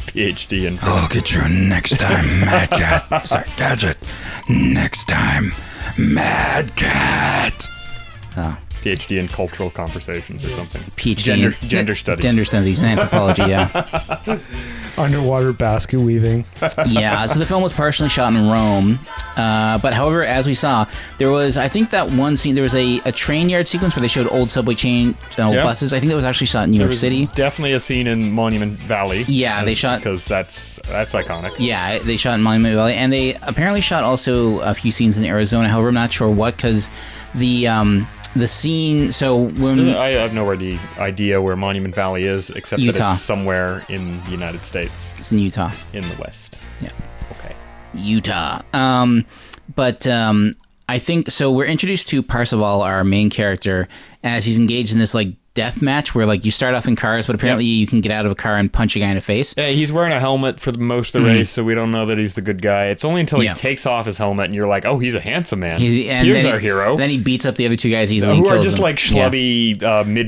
PhD in.
I'll get you next time, Mad Cat. Sorry, Gadget. Next time, Mad Cat.
PhD in cultural conversations or something.
PhD
Gender,
in-
gender studies.
Gender studies and anthropology, yeah.
Underwater basket weaving.
yeah, so the film was partially shot in Rome. Uh, but however, as we saw, there was, I think that one scene, there was a, a train yard sequence where they showed old subway chain uh,
Yeah.
buses. I think that was actually shot in New
There
York
was
City.
Definitely a scene in Monument Valley.
Yeah, they shot-
because that's that's iconic.
Yeah, they shot in Monument Valley, and they apparently shot also a few scenes in Arizona. However, I'm not sure what because the um, the scene. So when
I have no idea, idea where Monument Valley is, except that
Utah.
it's somewhere in the United States,
it's in Utah,
in the West.
yeah,
Okay.
Utah. Um, but um, I think so. We're introduced to Parseval, our main character, as he's engaged in this like death match where like you start off in cars, but apparently you can get out of a car and punch a guy in the face.
Yeah, he's wearing a helmet for the most of the race, so we don't know that he's the good guy. It's only until
Mm. Yeah.
he takes off his helmet and you're like, oh, he's a handsome man.
He's, and
Here's
then
our
he,
hero.
Then he beats up the other two guys easily. and
who are
kills
just
them.
like
Yeah.
schlubby uh, mid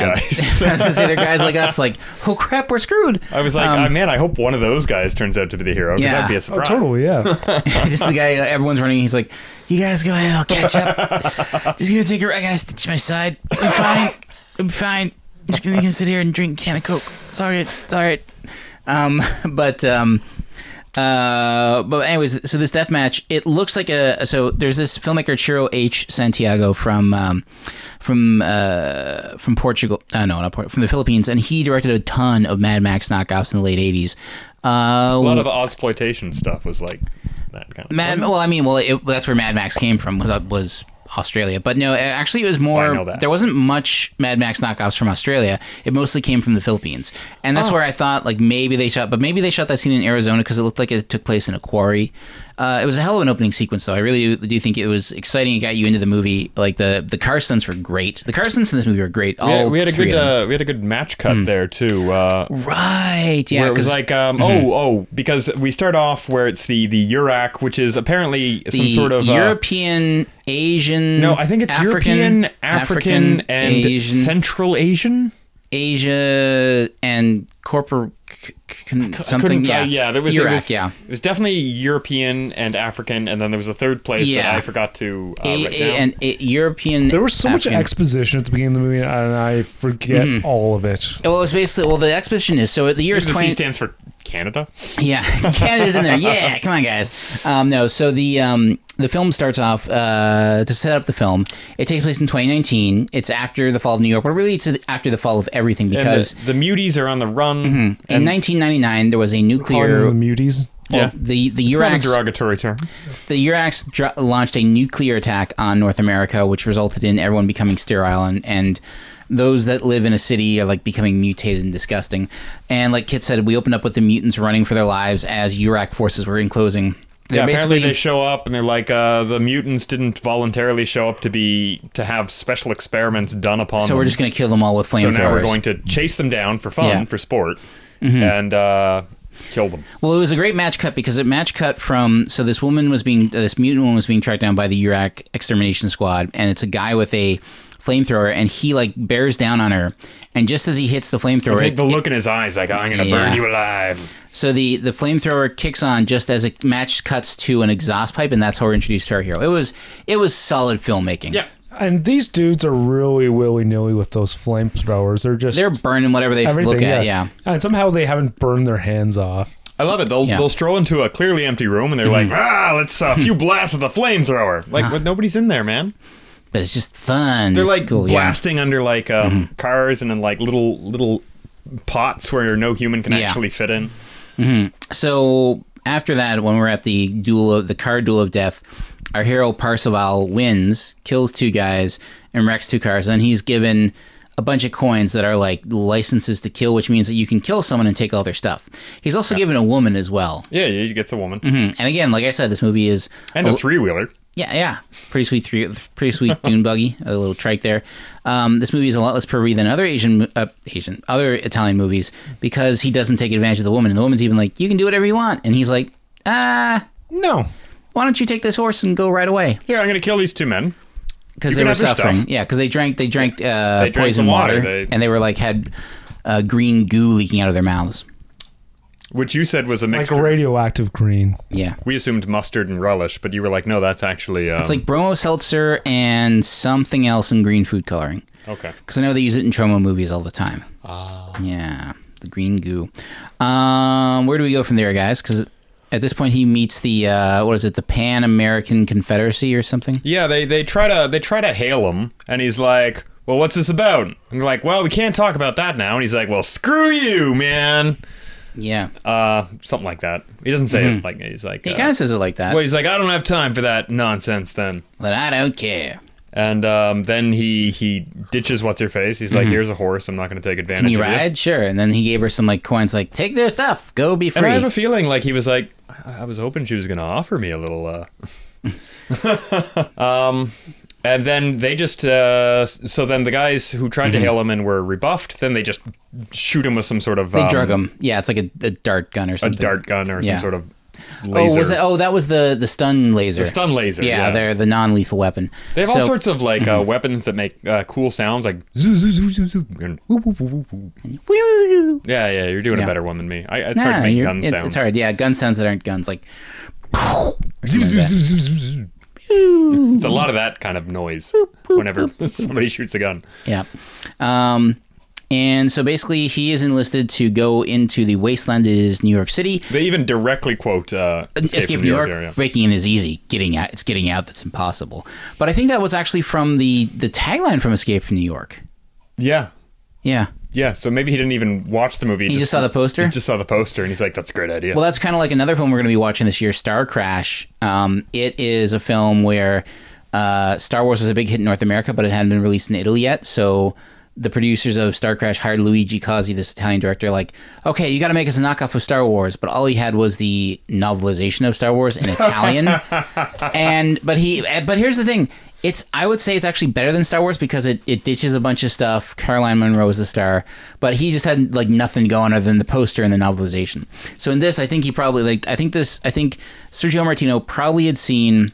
guys.
I was gonna say they're guys like us, like, oh crap, we're screwed.
I was like,
Um,
oh, man, I hope one of those guys turns out to be the hero because
Yeah.
that'd be
Oh,
a surprise.
Totally, yeah.
just the guy, everyone's running. He's like, "You guys go ahead, I'll catch up. Just gonna take a. I gotta stitch my side. I'm fine. I'm fine. Just gonna, gonna sit here and drink a can of coke. It's all right. It's all right." Um, but um, uh, but anyways, so this death match, it looks like a. So there's this filmmaker Chiro H Santiago from um, from uh, from Portugal. Uh, no, not Port- from the Philippines, and he directed a ton of Mad Max knockoffs in the late '80s. Uh,
A lot of exploitation stuff was like that kind of
Mad. Well, I mean, well, it, that's where Mad Max came from. Was was Australia, but no, actually, it was
Oh, I
more.
know that.
There wasn't much Mad Max knockoffs from Australia. It mostly came from the Philippines, and
Oh.
that's where I thought like maybe they shot, but maybe they shot that scene in Arizona because it looked like it took place in a quarry. Uh, it was a hell of an opening sequence, though. I really do think it was exciting. It got you into the movie. Like the the car stunts were great. The car stunts in this movie were great. All
We had, we had a
three
good
of them.
uh, we had a good match cut there too. Uh,
right? Yeah,
where it was
'cause- hmm.
like um, oh oh because we start off where it's the the Urac, which is apparently some
the
sort of uh,
European, Asian.
No, I think it's
African,
European, African, and
Asian,
Central Asian.
Asia, and corporate
I
something.
couldn't-
Yeah,
uh, yeah, there was,
Iraq,
it was
yeah.
it was definitely European and African, and then there was a third place
Yeah.
that I forgot to uh,
A,
write
A-
down.
and A- European.
There was so much
African.
exposition at the beginning of the movie, and I forget
Mm-hmm.
all of it.
Well, Oh, it was basically well the exposition is so the year is
the
twenty.
C stands for Canada.
Yeah, Canada's in there. Yeah, come on, guys. Um, no, so the um, the film starts off uh, to set up the film. It takes place in 2019. It's after the fall of New York, but really it's after the fall of everything
And
because
the, the muties are on the run.
in 1999 there was a
Calling
nuclear.
them the muties.
Yeah.
The the
Not a
Iraq's
derogatory term.
the Urax dr- launched a nuclear attack on North America, which resulted in everyone becoming sterile and, and those that live in a city are like becoming mutated and disgusting. And like Kit said, we opened up with the mutants running for their lives as Urac forces were enclosing
yeah,
They're
apparently
basically
they show up and they're like, uh, the mutants didn't voluntarily show up to be to have special experiments done upon
so
them.
we're just gonna kill them all with
so
flamethrowers.
now we're going to chase them down for fun,
Yeah. Mm-hmm.
for sport, and uh, kill them.
Well, it was a great match cut because it match cut from so this woman was being uh, this mutant woman was being tracked down by the Urak extermination squad, and it's a guy with a flamethrower, and he like bears down on her, and just as he hits the flamethrower,
Like
it-
the look in his eyes, like I'm gonna
Yeah.
burn you alive.
so the the flamethrower kicks on just as a match cuts to an exhaust pipe, and that's how we're introduced to our hero. It was it was solid filmmaking.
Yeah,
And these dudes are really willy nilly with those flamethrowers. They're just
they're burning whatever they
everything.
look
yeah.
at. Yeah.
and somehow they haven't burned their hands off.
I love it. They'll
Yeah. Mm-hmm.
they'll stroll into a clearly empty room and they're like, ah, let's uh, a few blasts of the flamethrower. Like,
Uh-huh.
well, nobody's in there, man.
but it's just fun.
They're
It's
like
cool, yeah. Mm-hmm.
blasting under like um, cars and then like little little pots where no human can
Yeah.
actually fit in.
So after that, when we're at the duel of the car duel of death, our hero Parseval wins, kills two guys, and wrecks two cars. Then he's given a bunch of coins that are like licenses to kill, which means that you can kill someone and take all their stuff. He's also given a woman as well.
Yeah, yeah, he gets a woman
Mhm. And again, like I said, this movie is
and a three wheeler.
yeah, yeah. Pretty sweet, three, pretty sweet dune buggy. A little trike there. Um, this movie is a lot less pervy than other Asian, mo- uh, Asian, other Italian movies because he doesn't take advantage of the woman. And the woman's even like, "You can do whatever you want," and he's like, "Ah,
No,
why don't you take this horse and go right away?"
Here, I'm gonna kill these two men.
Because
You
they
can
were
have your
suffering.
stuff.
Yeah, because they drank, they drank, uh,
They drank
poison
some
water,
water, they-
and they were like had uh, green goo leaking out of their mouths.
Which you said was a
like
mixture.
radioactive green.
Yeah.
we assumed mustard and relish, but you were like, no, that's actually. Um,
It's like bromo seltzer and something else in green food coloring.
okay.
Because I know they use it in Tromo movies all the time.
Ah.
Yeah, the green goo. Um, where do we go from there, guys? Because at this point, he meets the uh, what is it, the Pan American Confederacy or something?
Yeah, they they try to they try to hail him, and he's like, "Well, what's this about?" And they're like, "Well, we can't talk about that now." And he's like, "Well, screw you, man."
Yeah,
Uh, something like that. He doesn't say it like he's like.
Mm-hmm. he
uh,
kind of says it like that.
well, he's like, "I don't have time for that nonsense." Then,
But I don't care.
and um, then he he ditches what's her face. He's like, "Here's a horse. I'm not going to take advantage
Mm-hmm. Can you
of you."
ride? Sure. And then he gave her some like coins, like take their stuff, go be
And
free.
I have a feeling like he was like, I I was hoping she was going to offer me a little. Uh... um, and then they just, uh, so then the guys who tried
Mm-hmm.
to hail him and were rebuffed, then they just shoot him with some sort of.
they
um,
drug him. Yeah, it's like a, a dart gun or
A
something.
dart gun or
Yeah.
some sort of laser.
Oh, was it? Oh, that was the the stun laser.
The stun laser.
Yeah,
Yeah,
they're the non-lethal weapon.
They have all
So- Mm-hmm.
sorts of like uh, weapons that make uh, cool sounds, like zoo, zoo, zoo, zoo, zoo, and woo, woo, woo, woo, woo. Yeah, yeah, you're doing
Yeah.
a better one than me. I, it's
Nah,
hard to make
you're-
gun
it's,
sounds.
It's hard. Yeah, gun sounds that aren't guns, like. or something like that.
it's a lot of that kind of noise whenever somebody shoots a gun.
Yeah. Um, and so basically, he is enlisted to go into the wasteland that is New York City.
They even directly quote uh,
Escape, from New York. Breaking in is easy. Getting out, it's getting out that's impossible. But I think that was actually from the the tagline from Escape from New York.
Yeah.
Yeah.
Yeah, so maybe he didn't even watch the movie.
He just saw the poster?
He just saw the poster, and he's like, "That's a great idea."
Well, that's kind of like another film we're going to be watching this year, Star Crash. Um, it is a film where uh, Star Wars was a big hit in North America, but it hadn't been released in Italy yet. So the producers of Star Crash hired Luigi Cosi, this Italian director, like, okay, you got to make us a knockoff of Star Wars. But all he had was the novelization of Star Wars in Italian. and but he, but here's the thing. It's I would say it's actually better than Star Wars because it, it ditches a bunch of stuff. Caroline Monroe is the star, but he just had like nothing going other than the poster and the novelization. So in this, I think he probably like I think this I think Sergio Martino probably had seen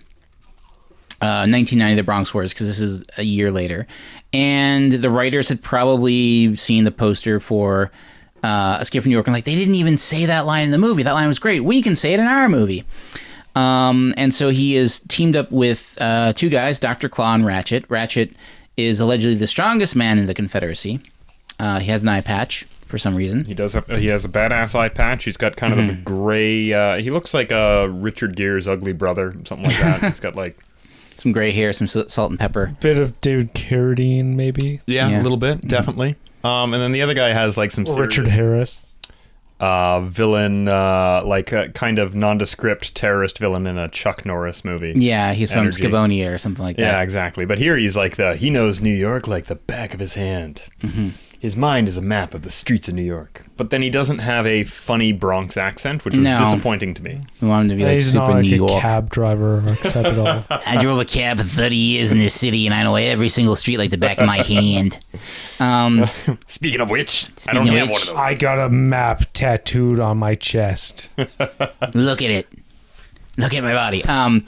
uh, 1990 The Bronx Wars because this is a year later, and the writers had probably seen the poster for uh, Escape from New York and like they didn't even say that line in the movie. That line was great. We can say it in our movie. Um, and so he is teamed up with uh, two guys, Dr. Claw and Ratchet. Ratchet is allegedly the strongest man in the Confederacy. Uh, he has an eye patch for some reason.
he does have. He has a badass eye patch. He's got kind of
Mm-hmm.
a gray. Uh, he looks like uh, Richard Gere's ugly brother, something like that. he's got like
Some gray hair, some s- salt and pepper.
Bit of David Carradine, maybe.
yeah,
Yeah. Mm-hmm.
a little bit, definitely. Um, and then the other guy has like some
Or Richard
serious,
Harris.
uh, villain, uh, like a kind of nondescript terrorist villain in a Chuck Norris movie.
Yeah, he's from
Energy.
Scavonia or something like that. Mm-hmm.
Yeah, exactly. But here he's like the he knows New York like the back of his hand. His mind is a map of the streets of New York. But then he doesn't have a funny Bronx accent, which was
No. Mm-hmm.
disappointing to me.
We want him to be like
He's not
super
like
New
a
York.
cab driver type at all.
I drove a cab for 30 years in this city and I know every single street like the back of my hand. Um,
Speaking of which, I
Speaking
don't
of
have
which-
one of those.
I got a map tattooed on my chest.
look at it. Look at my body. Um,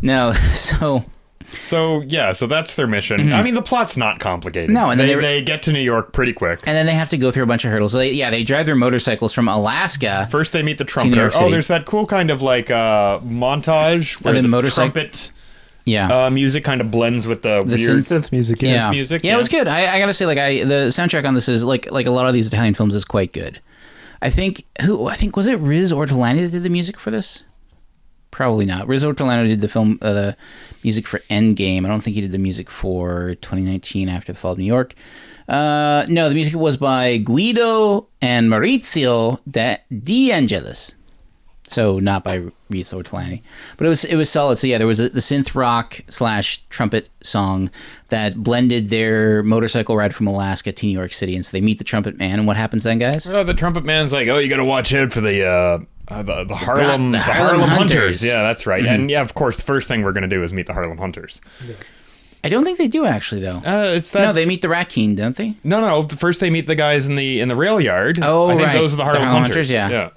no, so
So yeah, so that's their mission. I mean, the plot's not complicated.
Mm-hmm. No, and then
they,
they-
they get to New York pretty quick.
and then they have to go through a bunch of hurdles. So they, yeah, they drive their motorcycles from Alaska.
First, they meet the
New
trumpeter.
York
Oh,
City.
there's that cool kind of like uh, montage where
the
the,
motorcycle-
trumpet
yeah,
uh, music kind of blends with the,
The
weird.
synth-
Synth music.
yeah,
music,
Yeah, it
yeah.
was good. I, I gotta say, like, I the soundtrack on this is like like a lot of these Italian films is quite good. I think who I think was it Riz Ortolani that did the music for this. Probably not. Riz Ortolano did the film, uh, the music for Endgame. I don't think he did the music for 2019 After the Fall of New York. Uh, no, the music was by Guido and Maurizio De, De Angelis. So not by Riz Ortolani, but it was it was solid. So yeah, there was a, the synth rock slash trumpet song that blended their motorcycle ride from Alaska to New York City, and so they meet the trumpet man. And what happens then, guys?
Oh, the trumpet man's like, oh, you got to watch out for the. Uh, uh, the, the Harlem,
the
the Harlem,
Harlem
Hunters.
Hunters. Mm-hmm.
Yeah, that's right. And yeah, of course, the first thing we're going to do is meet the Harlem Hunters.
I don't think they do actually though.
Uh, it's that
no, they meet the rat king, don't they?
No, no. First, they meet the guys in the in the rail yard.
Oh,
I think
right.
those are the Harlem, Hunters.
yeah.
yeah.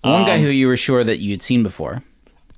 One
Um,
guy who you were sure that you'd seen before.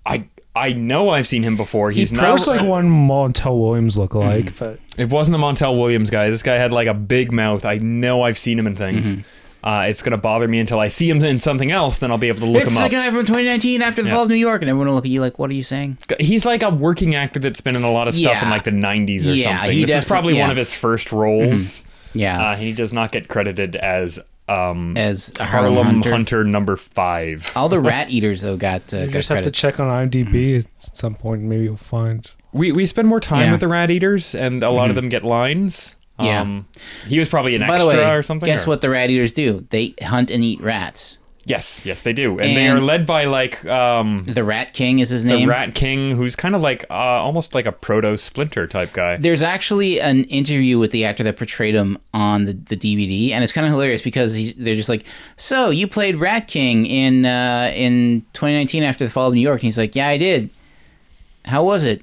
I I know I've seen him before. He's
He's
not
probably like one Montel Williams
Mm.
lookalike, but
It wasn't the Montel Williams guy. This guy had like a big mouth. I know I've seen him in things.
Mm-hmm.
Uh, it's gonna bother me until I see him in something else. Then I'll be able to look
it's
him
the
up.
guy from 2019 after the fall of New York, and everyone will look at you like, "What are you saying?"
He's like a working actor that's been in a lot of stuff in
Yeah.
like the '90s or
Yeah,
something.
he
This is
defi-
probably
yeah. Mm-hmm.
one of his first roles.
Yeah,
Uh, he does not get credited as um,
as a Harlem,
Harlem,
Hunter. Oh.
Hunter. number five.
All the rat eaters though got uh,
you
got
just have to
credits.
check on
Mm.
IMDb at some point. Maybe you'll find.
We we spend more time
Yeah. Mm-hmm.
with the rat eaters, and a lot of them get lines. Um,
Yeah.
he was probably an
By the
extra
way,
or something.
guess
or-
what the rat eaters do? They hunt and eat rats.
Yes, yes, they do, and, they
And-
are led by like um,
The Rat King is his
the
name.
Rat King, who's kind of like uh, almost like a proto Splinter type guy.
There's actually an interview with the actor that portrayed him on the, the DVD, and it's kind of hilarious because he's, they're just like, "So you played Rat King in uh, in 2019 after the fall of New York?" And he's like, "Yeah, I did. How was it?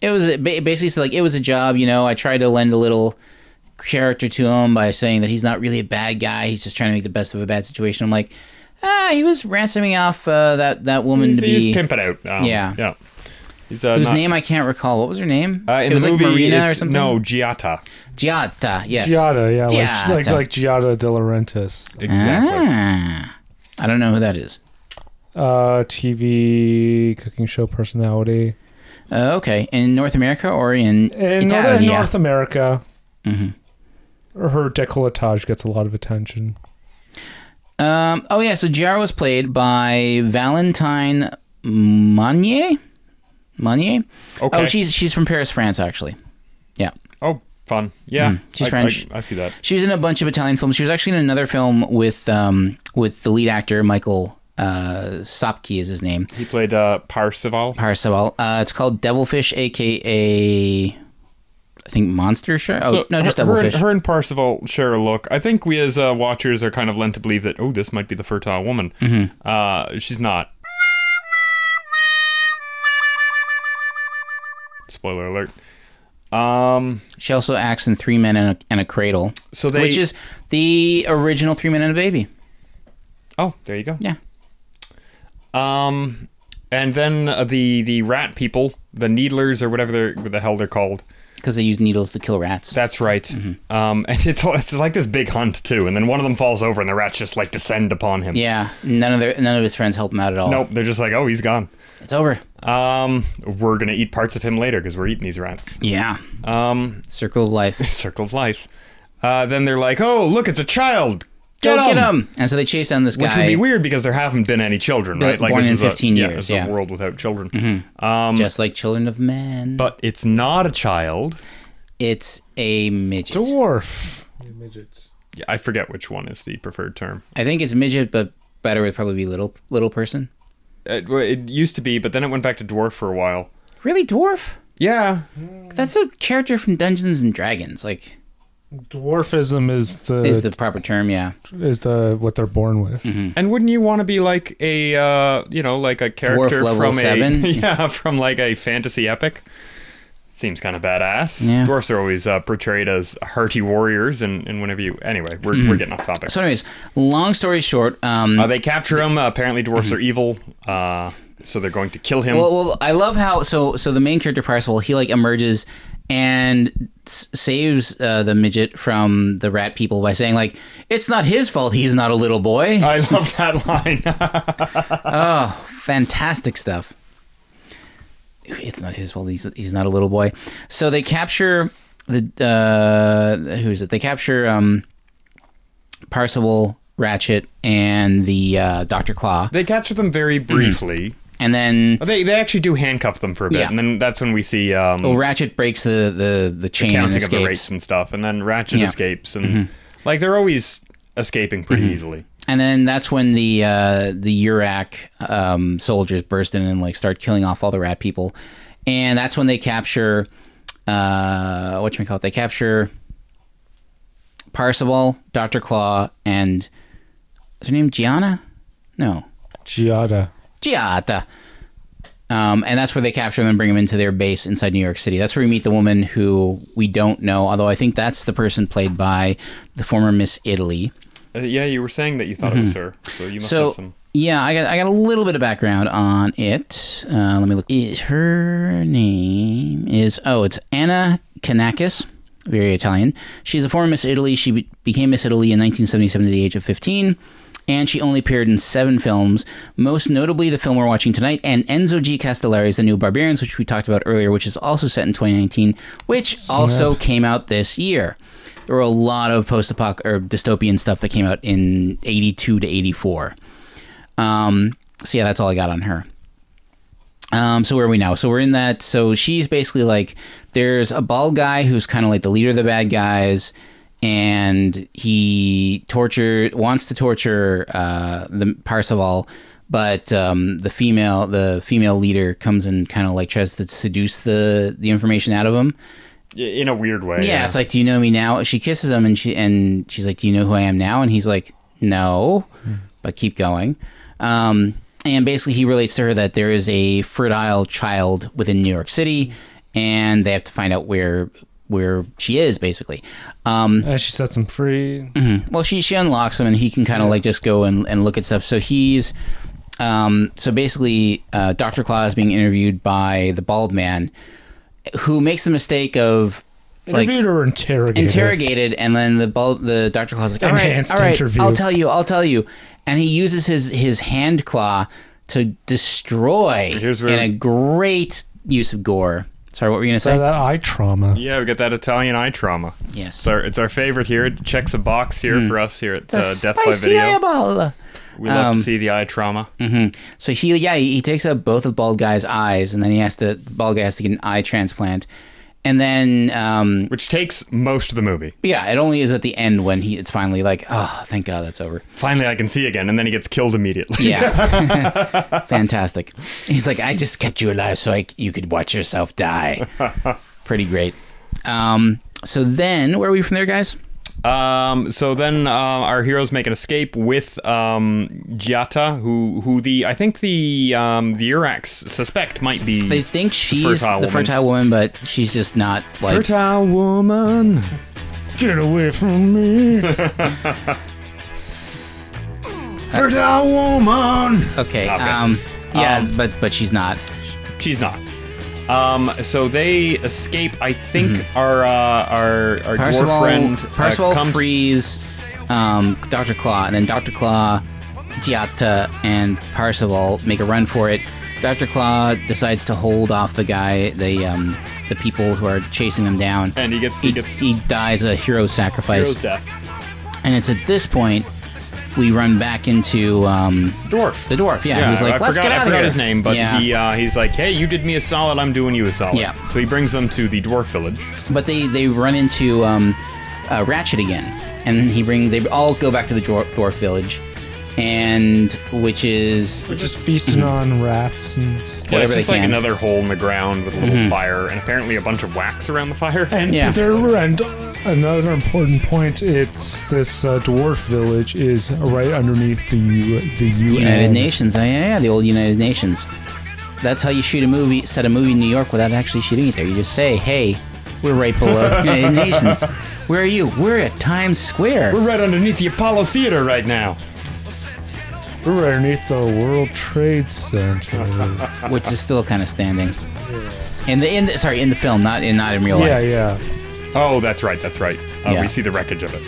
It was a- ba- basically so like it was a job, you know. I tried to lend a little character to him by saying that he's not really a bad guy. He's just trying to make the best of a bad situation. I'm like, ah, he was ransoming off uh, that that woman
He's,
to be
he's pimping out. um,
Yeah.
yeah. He's, uh,
whose
not-
name I can't recall. What was her name?
Uh, in
it was
the movie,
like Marina or
it's-
something.
No, Giatta.
Giada. Yes.
Giada, yeah,
Giada.
Like, like like Giada De Laurentiis,
Exactly.
Ah. I don't know who that is.
uh, TV cooking show personality
Uh, okay, in North America or in
in North,
Italia?
North America.
Mm-hmm.
Her décolletage gets a lot of attention.
Um, oh yeah, so Giaro was played by Valentine Monnier. Monnier.
Okay.
Oh, she's she's from Paris, France, actually. Yeah.
Oh, fun. Yeah,
Hmm. she's
I-
French.
I, I see that.
She was in a bunch of Italian films. She was actually in another film with um, with the lead actor Michael uh, Sopke is his name.
He played uh, Parseval.
Parseval. Uh, it's called Devilfish, aka I think Monster Shark. Oh
So
no, just
her, her and,
Devilfish.
her and Parseval share a look. I think we as uh, watchers are kind of led to believe that oh, this might be the fertile woman.
Mm-hmm.
Uh, she's not. Spoiler alert. Um,
She also acts in Three Men and a, and a Cradle,
so they
which is the original Three Men and a Baby.
oh, there you go.
Yeah.
Um, and then uh, the the rat people, the needlers or whatever they're, what the hell they're called.
Because they use needles to kill rats.
That's right.
Mm-hmm.
Um, and it's it's like this big hunt too. And then one of them falls over, and the rats just like descend upon him.
yeah, none of their, none of his friends help him out at all.
Nope, they're just like, oh, he's gone.
it's over.
Um, we're gonna eat parts of him later because we're eating these rats.
Yeah,
Um,
circle of life.
circle of life. Uh, then they're like, oh, look, it's a child. Get
Go
him.
get him! And so they chase down this
Which
guy,
would be weird because there haven't been any children,
They're
right?
born in
is
15
a,
years,
Yeah, this
yeah. Mm-hmm.
is a world without children.
just like Children of Men.
Um, But it's not a child.
it's a midget.
Dwarf.
Yeah, I forget which one is the preferred term.
I think it's midget, but better would probably be little little person.
It, Uh, well, it used to be, but then it went back to dwarf for a while.
Really, dwarf?
Yeah,
That's a character from Dungeons and Dragons. Like,
Dwarfism is the
Is the Mm-hmm. proper term, yeah.
is the what they're born with.
And wouldn't you want to be like a uh, you know like a character
level
from
seven?
a yeah from like a fantasy epic? Seems kind of badass.
Yeah.
Dwarfs are always uh, portrayed as hearty warriors, and, and whenever you anyway, we're, we're getting off topic.
Hmm. So, anyways, long story short, um,
uh, they capture him. Uh, apparently, dwarfs are evil, uh, so they're going to kill him.
Hmm. Well, well, I love how so so the main character Parasol he like emerges and s- saves uh, the midget from the rat people by saying like it's not his fault he's not a little boy.
I love that line.
Fantastic stuff. It's not his fault he's he's not a little boy. So they capture the uh, who is it? They capture um, Parsival, Ratchet, and the uh, Doctor Claw,
they capture them
Hmm.
very briefly.
and then.
They they actually do handcuff them for a bit,
Yeah.
and then that's when we see um,
Well, Ratchet breaks the, the, the chain and
counting of the
escapes.
rates and stuff, and then Ratchet
Yeah. Mm-hmm.
escapes, and like they're always escaping pretty easily.
And then that's when the uh, the Urak um, soldiers burst in and like start killing off all the rat people, and that's when they capture uh, what call it? They capture Parsival, Doctor Claw, and is her name Gianna? No,
Giada.
Giata. Um, and that's where they capture them and bring them into their base inside New York City. That's where we meet the woman who we don't know, although I think that's the person played by the former Miss Italy.
Uh, yeah, you were saying that you thought it was her, so you must
Mm-hmm. So
have some.
yeah, I got I got a little bit of background on it. Uh, let me look. Is her name is oh, it's Anna Kanakis, very Italian. She's a former Miss Italy. She be- became Miss Italy in 1977 at the age of 15. And she only appeared in seven films, most notably the film we're watching tonight, and Enzo G. Castellari's *The New Barbarians*, which we talked about earlier, which is also set in 2019, which also came out this year there were a lot of post apoc or dystopian stuff that came out in 82 to 84 um, so yeah that's all i got on her um, so where are we now so we're in that so she's basically like there's a bald guy who's kind of like the leader of the bad guys and he torture wants to torture uh, the Parseval, but um, the female the female leader comes and kind of like tries to seduce the the information out of him,
i- In a weird way.
yeah, it's like, do you know me now? She kisses him, and she and she's like, do you know who I am now? And he's like, no, but keep going. Um, and basically, he relates to her that there is a fertile child within New York City, and they have to find out where where she is, basically. Um,
And she sets him free.
well, she she unlocks him, and he can kind of like just go and, and look at stuff. So he's, um, so basically, uh, Doctor Claw is being interviewed by the bald man, who makes the mistake of like
Interviewed or interrogated?
interrogated, and then the bul- the doctor claw's like, all right,
Enhanced
all right,
interview."
I'll tell you, I'll tell you, and he uses his his hand claw to destroy
Here's where-
in a great use of gore. Sorry, what were you gonna say?
By that eye trauma.
Yeah, we got that Italian eye trauma.
yes, Mm.
It's our, it's our favorite here. It checks a box here for us here at uh,
It's a
Death by
spicy
Video.
eyeball.
We love
Um, mm.
to see the eye trauma.
So he, yeah, he, he takes out both of bald guy's eyes, and then he has to the bald guy has to get an eye transplant, and then um,
Which takes most of the movie.
yeah, it only is at the end when he it's finally like, oh, thank God that's over.
Finally, I can see again, and then he gets killed immediately.
Yeah. Fantastic. He's like, I just kept you alive so I, c- you could watch yourself die. Pretty great. Um, so then, where are we from there, guys?
Um, so then uh, our heroes make an escape with um, Giata, who who the I think the um, the Urax suspect might be
They think she's
Fertile
the
woman.
fertile woman, but she's just not like.
fertile woman.
Get away from me.
Fertile woman.
Okay.
Okay.
Um, yeah,
Um,
but but she's not.
She's not. Um, so they escape. I think
Mm-hmm.
our uh, our our dwarf
Parsival,
friend
Parsival
uh, comes-
frees um, Dr. Claw, and then Dr. Claw, Giatta, and Parsival make a run for it. Dr. Claw decides to hold off the guy, the um, the people who are chasing them down.
and he gets he,
he,
gets
he dies a hero
hero's
sacrifice.
death.
And it's at this point we run back into um,
Dwarf.
the dwarf. Yeah,
Yeah,
he's like,
I
let's
forgot,
get out
I
of
forgot
here.
his name, but
yeah.
he uh, he's like, hey, you did me a solid. I'm doing you a solid.
Yeah.
So he brings them to the dwarf village.
But they they run into um, uh, Ratchet again, and he bring they all go back to the dwarf, dwarf village, and which is
We're just feasting on rats and
Yeah,
Whatever
it's just
they
like
can. Mm-hmm.
another hole in the ground with a little fire and apparently a bunch of wax around the fire.
and
Yeah.
there and another important point. It's this uh, dwarf village is right underneath the U, the UN.
United Nations. Oh, yeah, yeah, the old United Nations. That's how you shoot a movie, set a movie in New York without actually shooting it there. You just say, hey, we're right below the United Nations. Where are you? We're at Times Square.
We're right underneath the Apollo Theater right now.
We're right underneath the World Trade Center.
which is still kind of standing. In the in the, sorry in the film, not in not in real
yeah,
life.
yeah.
Oh, that's right, that's right. Uh,
Yeah.
We see the wreckage of it.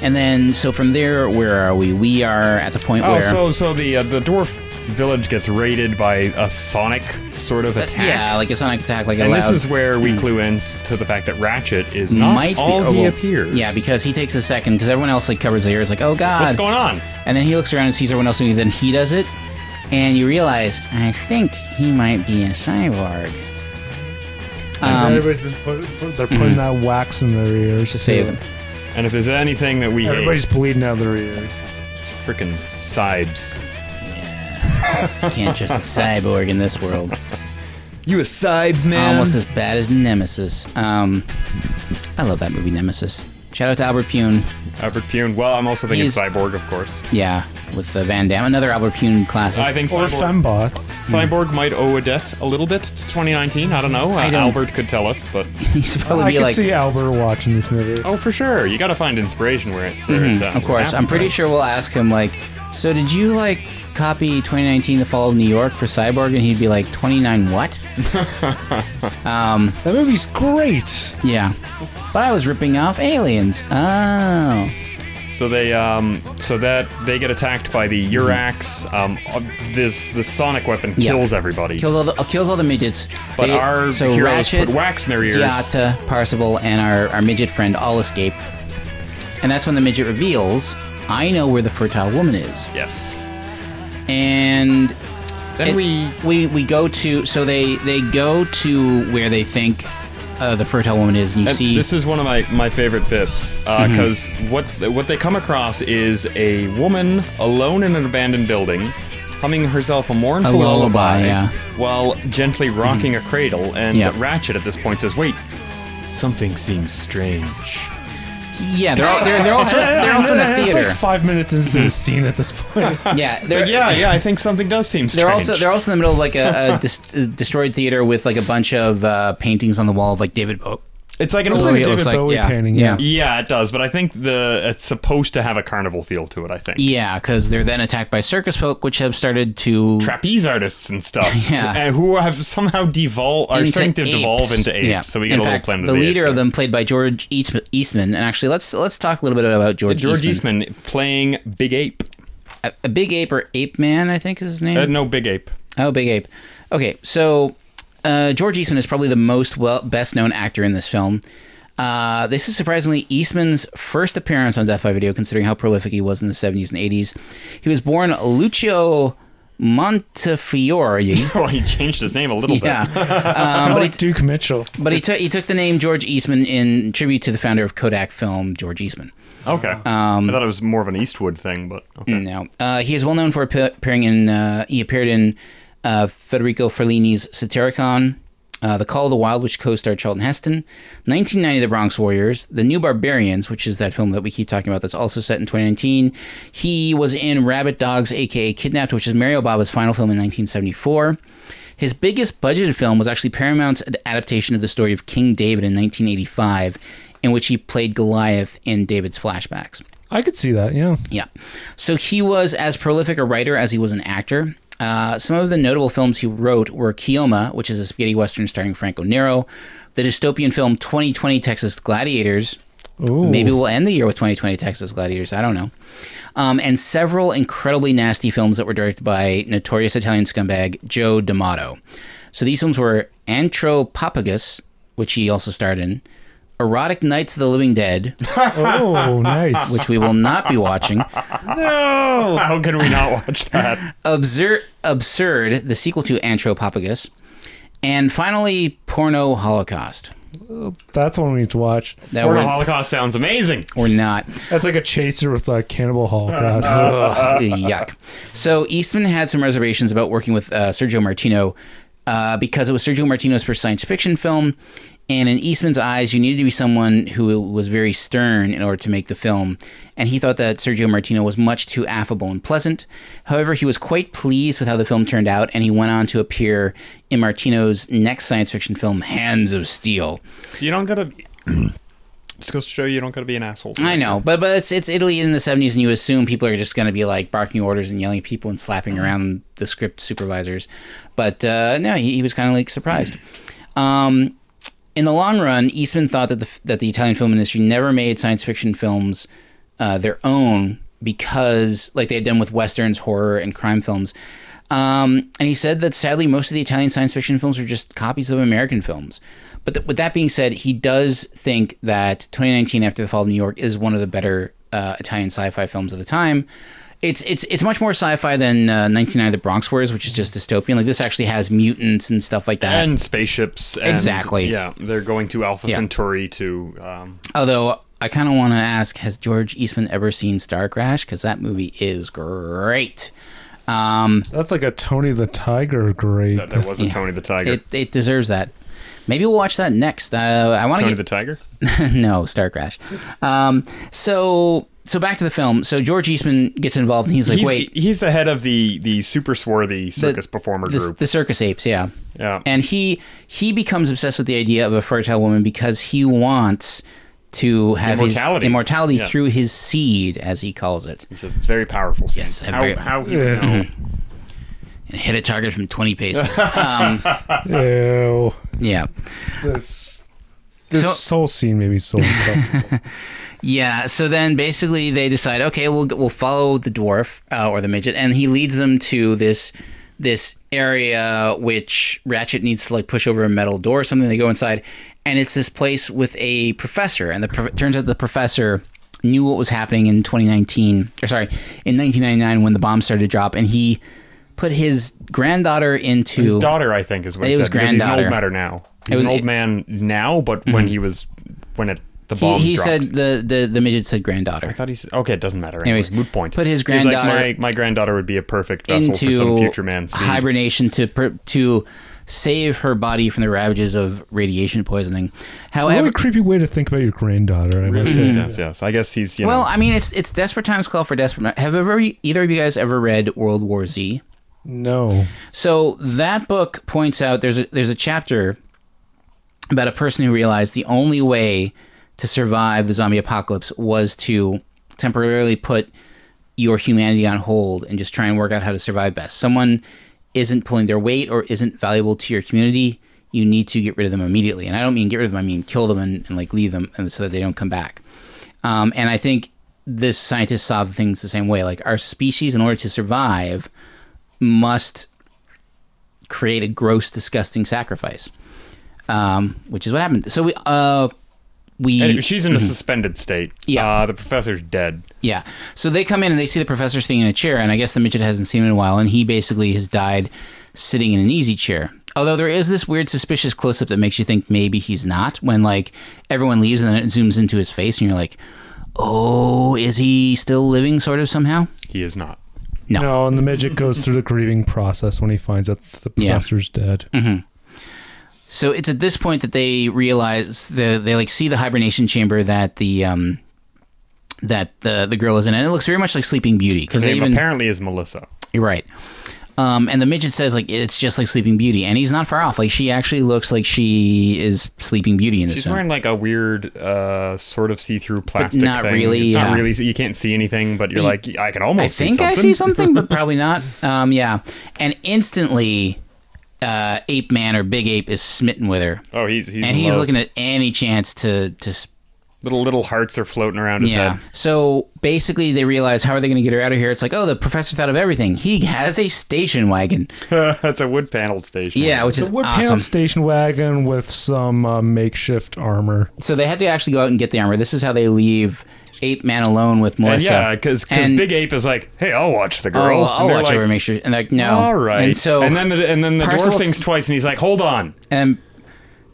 And then so from there, where are we? We are at the point
Oh,
where
so so the uh, the dwarf village gets raided by a sonic sort of attack.
Uh, yeah, like a sonic attack, like
And
a loud. Hmm.
this is where we clue in to the fact that Ratchet is not all
oh,
he
well,
appears.
Yeah, because he takes a second because everyone else like covers their ears, like oh god,
what's going on?
And then he looks around and sees everyone else doing it. Then he does it, and you realize I think he might be a cyborg.
And
Um, Mm-hmm.
everybody's been put, put- they're putting that wax in their ears
to save them.
And if there's anything that we
Everybody's bleeding out their ears.
hate, it's freaking Sibes.
Can't trust a cyborg in this world.
You a Sibes man?
almost as bad as Nemesis. Um, I love that movie, Nemesis. Shout out to Albert Pune.
Albert Pune. Well, I'm also thinking
He's-
Cyborg, of course.
Yeah, with the Van Damme. Another Albert Pune classic.
I think
Or
Cyborg,
fembot.
Cyborg might owe a debt a little bit to 2019. I don't know. Uh,
I don't-
Albert could tell us, but
He's probably
I
be
can
like,
see Albert watching this movie.
oh, for sure, you got to find inspiration where it. uh, Where it's at.
of course. I'm pretty sure we'll ask him like, so did you like copy 2019: The Fall of New York for Cyborg? And he'd be like, 29 what?
That movie's great.
Yeah, but I was ripping off aliens. Oh,
So they, um, so that they get attacked by the Urax. Um, uh, this the sonic weapon
Yeah.
kills everybody.
kills all the uh, kills all the midgets.
but
They-
our
so
heroes
Ratchet,
put wax in their ears.
Giata, Parsible, and our, our midget friend all escape. And that's when the midget reveals, I know where the fertile woman is.
Yes.
And
Then
it-
we
we we go to so they they go to where they think uh, the fertile woman is, and you
And
see
this is one of my, my favorite bits because what what they come across is a woman alone in an abandoned building, humming herself a mournful
A lullaby,
lullaby,
yeah.
while gently rocking a cradle. And
Yeah.
Ratchet at this point says, "Wait, something seems strange."
yeah they're all, they're, they're also they're also in the
It's
theater
like five minutes into the scene at this point.
yeah they're
Mm-hmm. yeah, yeah, I think something does seem strange.
They're also they're also in the middle of like a, a dis- uh, destroyed theater with like a bunch of uh, paintings on the wall of like David Bowie.
it's like an
Looks
old.
like a
it
David
looks like,
Bowie
yeah,
painting.
yeah.
Yeah.
yeah, it does, but I think the it's supposed to have a carnival feel to it. I think
Yeah, because they're then attacked by circus folk, which have started to
trapeze artists and stuff,
Yeah.
and who have somehow devolved are
into
starting to devolve
apes.
into apes.
Yeah.
So we get
In
a little
fact,
plan.
the leader of them, played by George East- Eastman, and actually let's let's talk a little bit about George,
George Eastman. playing Big Ape.
A, a big ape or ape man, I think is his name.
Uh, no, Big Ape.
Oh, Big Ape. Okay, so uh, George Eastman is probably the most well best known actor in this film. Uh, this is surprisingly Eastman's first appearance on Death by Video, considering how prolific he was in the 70s and 80s. He was born Lucio Montefiore.
Well, he changed his name a little
yeah,
bit.
um,
But
but
like
he,
Duke Mitchell.
but he took he took the name George Eastman in tribute to the founder of Kodak Film, George Eastman.
Okay.
Um,
I thought it was more of an Eastwood thing, but okay.
No, uh, he is well known for appear- appearing in. Uh, he appeared in uh, Federico Fellini's Satyricon, uh, The Call of the Wild, which co-starred Charlton Heston, 1990 The Bronx Warriors, The New Barbarians, which is that film that we keep talking about that's also set in 2019. He was in Rabbit Dogs, aka Kidnapped, which is Mario Bava's final film in 1974. His biggest budgeted film was actually Paramount's adaptation of the story of King David in 1985, in which he played Goliath in David's flashbacks.
I could see that. Yeah.
Yeah. So he was as prolific a writer as he was an actor. Uh, some of the notable films he wrote were Kioma, which is a spaghetti western starring Franco Nero, the dystopian film 2020 Texas Gladiators.
Ooh.
Maybe we'll end the year with 2020 Texas Gladiators. I don't know. Um, and several incredibly nasty films that were directed by notorious Italian scumbag Joe D'Amato. So these films were Antropopagus, which he also starred in, Erotic Nights of the Living Dead,
Oh, nice.
which we will not be watching.
no.
How can we not watch that?
Absurd, absurd, the sequel to Antropopagus, and finally Porno Holocaust.
uh, that's one we need to watch.
That
Or the
one,
Holocaust sounds amazing.
or not.
That's like a chaser with like Cannibal Holocaust.
Uh-huh.
Ugh, yuck. So Eastman had some reservations about working with uh, Sergio Martino uh, because it was Sergio Martino's first science fiction film, and in Eastman's eyes, you needed to be someone who was very stern in order to make the film. And he thought that Sergio Martino was much too affable and pleasant. However, he was quite pleased with how the film turned out, and he went on to appear in Martino's next science fiction film, Hands of Steel.
You don't gotta. just goes to show you, you don't gotta be an asshole.
I know, but but it's it's Italy in the seventies, and you assume people are just going to be like barking orders and yelling at people and slapping around the script supervisors. But uh, no, he, he was kind of like surprised. Um, in the long run, Eastman thought that the that the Italian film industry never made science fiction films uh, their own because, like they had done with westerns, horror, and crime films. Um, and he said that sadly, most of the Italian science fiction films are just copies of American films. But th- with that being said, he does think that 2019 After the Fall of New York is one of the better uh, Italian sci-fi films of the time. It's it's it's much more sci-fi than uh, 1999: The Bronx Wars, which is just dystopian. Like this actually has mutants and stuff like that.
And spaceships. And,
Exactly.
Yeah, they're going to Alpha
Yeah.
Centauri to. Um,
Although I kind of want to ask, has George Eastman ever seen Star Crash? Because that movie is great. Um,
That's like a Tony the Tiger great.
that there wasn't
Yeah.
Tony the Tiger.
it it deserves that. Maybe we'll watch that next. Uh, I want
Tony
to
the
get
Tiger?
no Star Crash. Um, so so back to the film. So George Eastman gets involved and he's like,
he's,
wait,
he's the head of the, the super swarthy
the-
circus performer
the,
group.
the circus apes, yeah.
yeah.
And he he becomes obsessed with the idea of a fertile woman because he wants to have
Immortality.
his immortality
Yeah.
through his seed, as he calls it.
he says it's very powerful. Sam.
Yes,
How,
very-
how he would know.
and hit a target from 20 paces. um,
Ew.
yeah.
This, this
So-
soul scene made me so uncomfortable.
Yeah. So then basically they decide, okay, we'll, we'll follow the dwarf uh, or the midget. And he leads them to this this area which Ratchet needs to like push over a metal door or something. They go inside and it's this place with a professor. And the prof- turns out the professor knew what was happening in 2019 or sorry, in 1999 when the bomb started to drop and he put his granddaughter into
His daughter, I think, is what
It
he
was
said. because He's an old
granddaughter.
matter now. He's
was- Hmm.
an old man now, but when he was when it the
he,
bombs
he
dropped.
said the, the the midget said granddaughter.
I thought he said, okay, it doesn't matter. Anyways,
Anyways,
moot point.
put his
He was
granddaughter
like, my, my granddaughter would be a perfect vessel
into
for some future man. scene."
hibernation to pr- to save her body from the ravages of radiation poisoning.
what
However,
a creepy way to think about your granddaughter. I must
Yes,
say.
yes, yes, yes. I guess he's you
well,
know.
I mean, it's it's desperate times call for desperate. men. Have ever either of you guys ever read World War Z?
No.
So that book points out there's a there's a chapter about a person who realized the only way to survive the zombie apocalypse was to temporarily put your humanity on hold and just try and work out how to survive best. Someone isn't pulling their weight or isn't valuable to your community, you need to get rid of them immediately. And I don't mean get rid of them, I mean kill them and, and like leave them and so that they don't come back. Um, and I think this scientist saw the things the same way. Like our species, in order to survive, must create a gross, disgusting sacrifice, um, which is what happened. So we, uh, we,
Anyway, she's in a suspended state.
Mm-hmm. Yeah.
Uh, the professor's dead.
yeah. So they come in and they see the professor sitting in a chair, and I guess the midget hasn't seen him in a while, and he basically has died sitting in an easy chair. Although there is this weird, suspicious close up that makes you think maybe he's not when like everyone leaves and then it zooms into his face, and you're like, oh, is he still living, sort of somehow?
He is not.
No.
No, and the midget goes through the grieving process when he finds out the
Yeah. Mm-hmm.
professor's dead.
So it's at this point that they realize the they like see the hibernation chamber that the um that the the girl is in, and it looks very much like Sleeping Beauty because
His
they
name
even
apparently is Melissa.
You're right. Um, and the midget says like it's just like Sleeping Beauty, and he's not far off. Like she actually looks like she is Sleeping Beauty in this
She's
film.
wearing like a weird uh, sort of see-through plastic
not
thing.
really,
It's
yeah.
not really. You can't see anything, but you're
You-
like, I can almost.
I think
see
I see something, but probably not. Um, yeah, and instantly, uh, Ape Man or Big Ape is smitten with her,
oh, he's he's
and
in
he's
love.
looking at any chance to to s-
little little hearts are floating around his
Yeah.
head.
So basically, they realize how are they going to get her out of here? It's like, oh, the professor thought of everything. He has a station wagon.
That's a wood paneled station.
Yeah, which is
Wood
awesome.
paneled station wagon with some uh, makeshift armor.
so they had to actually go out and get the armor. This is how they leave Ape Man alone with
And
Melissa.
yeah, because
And-
Big Ape is like, hey, I'll watch the girl.
I'll,
And
I'll
they're
watch
like,
over, Oh, and make sure. And they're like, no.
All right.
And so,
then the, and then the
Parzival-
dwarf thinks twice, and he's like, hold on.
and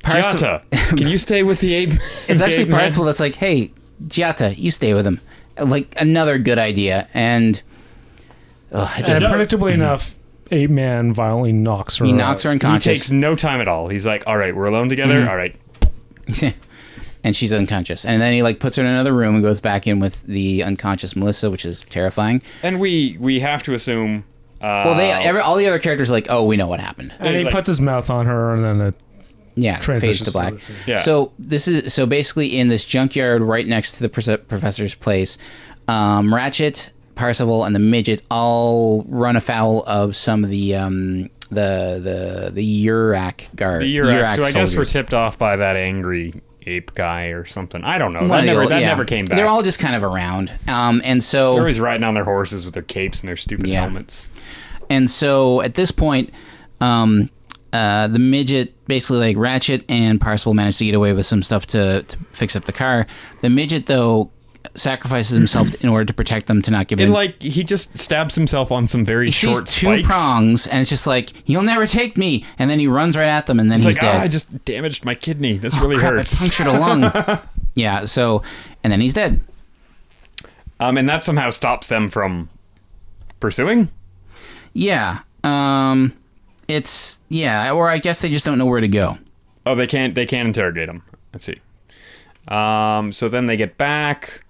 Parcel-
Giata, can you stay with the ape?
It's
the
actually
ape man?
Parcival that's like, hey, Giata, you stay with him. Like another good idea, and ugh, it
And
just,
predictably enough, Ape Man violently knocks her.
he knocks her
out.
uh, He
unconscious.
takes no time at all. He's like, all right, we're alone together.
Mm-hmm.
All right.
and she's unconscious. And then he like puts her in another room and goes back in with the unconscious Melissa, which is terrifying.
And we we have to assume. Uh,
Well, they every, all the other characters are like, oh, we know what happened.
and he
like-
puts his mouth on her, and then it,
Yeah, fades
Transitions
to black.
to other
Yeah.
So this is so basically in this junkyard right next to the pres- professor's place, um, Ratchet, Parcival, and the midget all run afoul of some of the um, the the the Urak guard.
the Urak. So I guess we're
soldiers.
tipped off by that angry ape guy or something. I don't know.
One
That
of the
never
old-
that
yeah.
never came back.
They're all just kind of around, um, and so
They're always riding on their horses with their capes and their stupid
Yeah.
helmets.
And so at this point, um, uh, the midget basically like Ratchet and Parcival managed to get away with some stuff to, to fix up the car. The midget though sacrifices himself in order to protect them to not give
And
in.
like he just stabs himself on some very
shoots
short
two
spikes.
prongs, and it's just like you'll never take me. And then he runs right at them, and then
It's
he's
like
dead. Oh,
ah, I just damaged my kidney. This really
Crap, I
hurts.
punctured a lung. yeah. So, and then he's dead.
Um, and that somehow stops them from pursuing.
Yeah. Um, it's yeah, or I guess they just don't know where to go.
Oh, they can't. They can't interrogate him. Let's see. Um, so then they get back.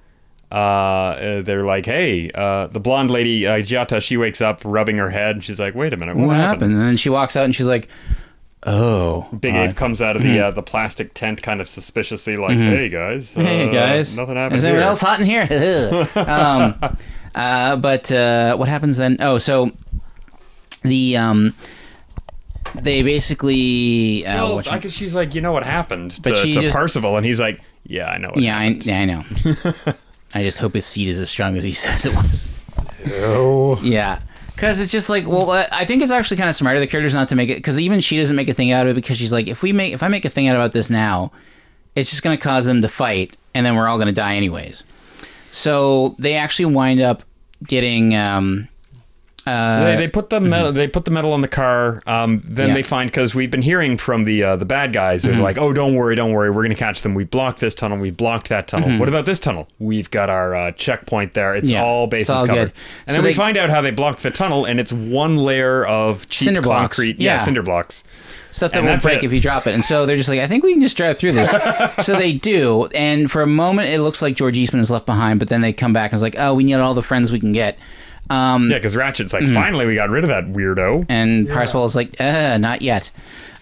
Uh, uh, they're like, "Hey, uh, the blonde lady, uh, Giata, she wakes up, rubbing her head. She's like, "Wait a minute, what,
What happened? And then she walks out, and she's like, "Oh,
Big
uh,
Ape comes out of the uh, the plastic tent, kind of suspiciously, like, "Hey guys, uh,
Mm-hmm. Hey guys,
nothing happened."
Is
here.
anyone else hot in here? um, uh, but uh, what happens then? Oh, so the um, they basically uh,
Well,
whatcha-
I guess she's like, "You know what happened
But
to,
she
to
just-
Parcival?" And he's like, "Yeah, I know." What
yeah, I,
happened."
yeah, I know. I just hope his seed is as strong as he says it was. Yeah. Because it's just like, well, I- I think it's actually kind of smarter the characters not to make it. Because even she doesn't make a thing out of it because she's like, if we make, if I make a thing out about this now, it's just going to cause them to fight, and then we're all going to die anyways. So they actually wind up getting. Um,
they, they put the metal, they put the metal on the car. Um, then
Uh, mm-hmm. Yeah. Mm-hmm.
they find because we've been hearing from the uh, the bad guys. They're like, "Oh, don't worry, don't worry. We're gonna catch them. We blocked this tunnel. We blocked that tunnel. What about this tunnel? We've got our uh, checkpoint there. It's
Mm-hmm. Yeah.
all
It's
bases
all good.
covered."
So
And then we
they-
find out how they blocked the tunnel, and it's one layer of cheap
Cinder blocks.
concrete, yeah.
Yeah.
cinder blocks.
stuff that
And
won't
that's
break
it.
if you drop it. And so they're just like, I think we can just drive through this. so they do. And for a moment, it looks like George Eastman is left behind, but then they come back and it's like, oh, we need all the friends we can get. Um,
Yeah, because Ratchet's like, "Finally, we got rid of that weirdo."
And Parcival is like, uh, not yet.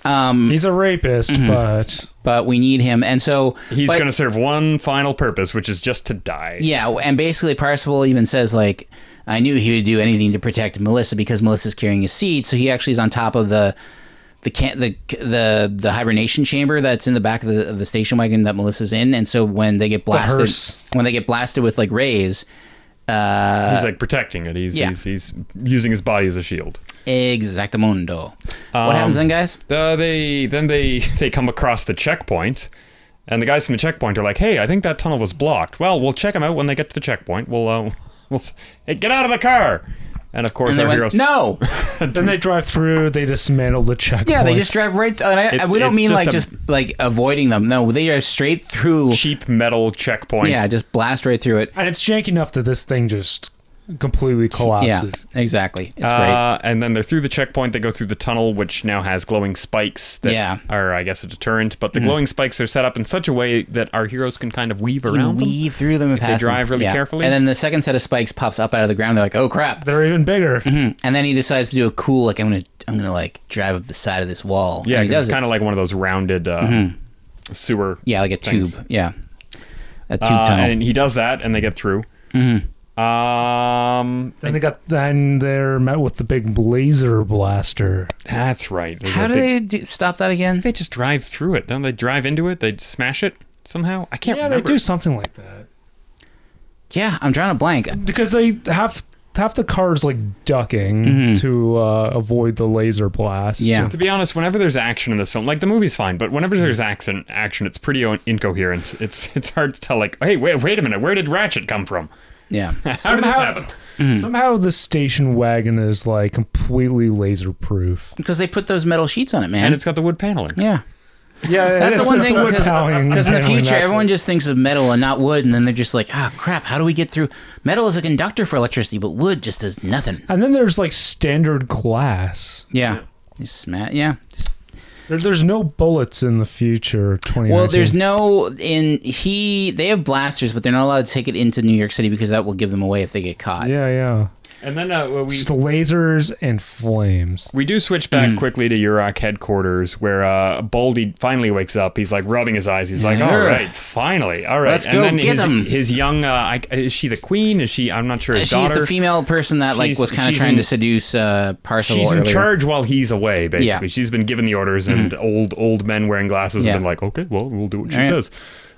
Um,
he's a rapist, but
but we need him. And so
He's
but-
gonna serve one final purpose, which is just to die.
yeah, and basically Parcival even says like, I knew he would do anything to protect Melissa because Melissa's carrying his seed. So he actually is on top of the the can the the the hibernation chamber that's in the back of the, of the station wagon that Melissa's in. And so when they get blasted,
hearse.
when they get blasted with like rays,
he's like protecting it. He's,
yeah.
he's he's using his body as a shield.
exactamundo. what happens then, guys?
Uh, they then they they come across the checkpoint, and the guys from the checkpoint are like, "Hey, I think that tunnel was blocked. Well, we'll check them out when they get to the checkpoint. We'll uh, we'll s- hey, get out of the car." And of course,
And they
our
went,
heroes.
no.
then they drive through. They dismantle the checkpoint.
Yeah, they just drive right. Th- and I,
It's-
we don't
it's
mean
just
like
a-
just like avoiding them. No, they are straight through.
Cheap metal checkpoint.
Yeah, just blast right through it.
and it's janky enough that this thing just completely
Yeah,
collapses.
exactly. It's great.
Uh, and then they're through the checkpoint. They go through the tunnel, which now has glowing spikes that
Yeah. Mm.
are, I guess, a deterrent. But the glowing spikes are set up in such a way that our heroes can kind of weave
You
around them.
weave through them and
If they
pass them.
drive really
Yeah.
carefully.
And then the second set of spikes pops up out of the ground. They're like, "Oh crap!"
They're even bigger.
And then he decides to do a cool, like, "I'm gonna, I'm gonna like drive up the side of this wall."
Yeah,
and he does
'cause it's
it. Mm-hmm.
kind of like one of those rounded uh, sewer.
yeah, like a tube.
things.
Yeah, a tube
Uh,
tunnel.
and he does that, and they get through. Um,
Then they got. Then they're met with the big laser blaster.
that's right. There's
How
a
do
big-
they do, stop that again?
They just drive through it, don't they? Drive into it, they smash it somehow. I can't
Yeah,
remember.
they do something like that
Yeah, I'm drawing a blank.
because they have half the cars like ducking to uh, avoid the laser blast.
Mm-hmm. Yeah.
To be honest, whenever there's action in this film, like the movie's fine, but whenever there's action, action, it's pretty o- incoherent. It's it's hard to tell. Like, hey, wait, wait a minute, where did Ratchet come from?
Yeah.
How did this happen?
Mm-hmm.
Somehow the station wagon is like completely laser proof.
Because they put those metal sheets on it, man.
And it's got the wood paneling.
yeah.
Yeah,
That's the
it's-
one
it's
thing
wood
because
powering,
because in the
paneling,
future
that's
everyone
it.
just thinks of metal and not wood, and then they're just like, ah, crap. How do we get through? Metal is a conductor for electricity, but wood just does nothing.
And then there's like standard glass.
Yeah, You sma- yeah. Just-
There, there's no bullets in the future. Twenty.
Well, there's no in he. They have blasters, but they're not allowed to take it into New York City because that will give them away if they get caught.
Yeah, yeah.
And then uh, well, we
Just lasers and flames.
we do switch back
Mm.
quickly to Yurok headquarters, where uh, Baldy finally wakes up. He's like rubbing his eyes. He's like,
Yeah.
"All right, finally, all right."
Let's
and
go
then
get
his,
'em.
his young uh, I, is she the queen? Is she? I'm not sure. His
Uh, She's
daughter.
the female person that like
She's-
was kind of
she's
trying
in-
to seduce uh, Parcel.
She's in
earlier.
charge while he's away. Basically,
Yeah. Mm-hmm.
she's been given the orders, and old old men wearing glasses
Yeah.
have been like, "Okay, well, we'll do what she
All right.
says."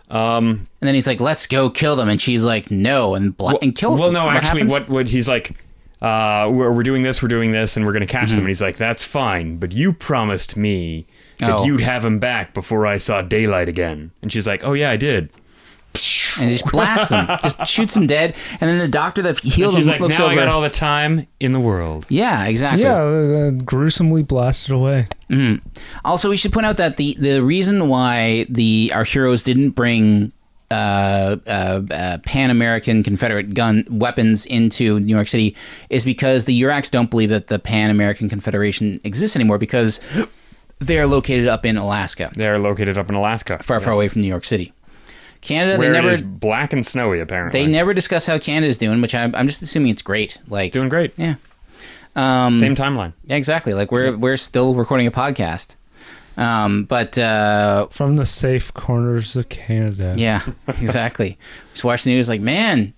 Um,
And then he's like, "Let's go kill them," and she's like, "No," and bla- and kill.
Well,
them.
no,
What
actually,
happens?
what what he's like, uh, we're, we're doing this, we're doing this, and we're going to
Mm-hmm.
catch them. And he's like, that's fine, but you promised me that
Oh.
you'd have him back before I saw daylight again. And she's like, oh yeah, I did.
And just blast them, just shoots them dead, and then the doctor that healed
She's
him
like,
looks
now
over.
I got all the time in the world.
yeah, exactly.
Yeah, uh, gruesomely blasted away.
Also, we should point out that the the reason why the our heroes didn't bring uh, uh, uh, Pan American Confederate gun weapons into New York City is because the Uracs don't believe that the Pan American Confederation exists anymore because they are located up in Alaska,
They're located up in Alaska,
far far
Yes.
away from New York City. Canada,
where
they
it
never
is black and snowy. Apparently,
they never discuss how Canada's doing, which I'm, I'm just assuming it's great. Like
doing great.
yeah, um,
Same timeline.
yeah, exactly. Like we're we're still recording a podcast, um, but. Uh,
From the safe corners of Canada.
Yeah, exactly. just watch the news, like, man,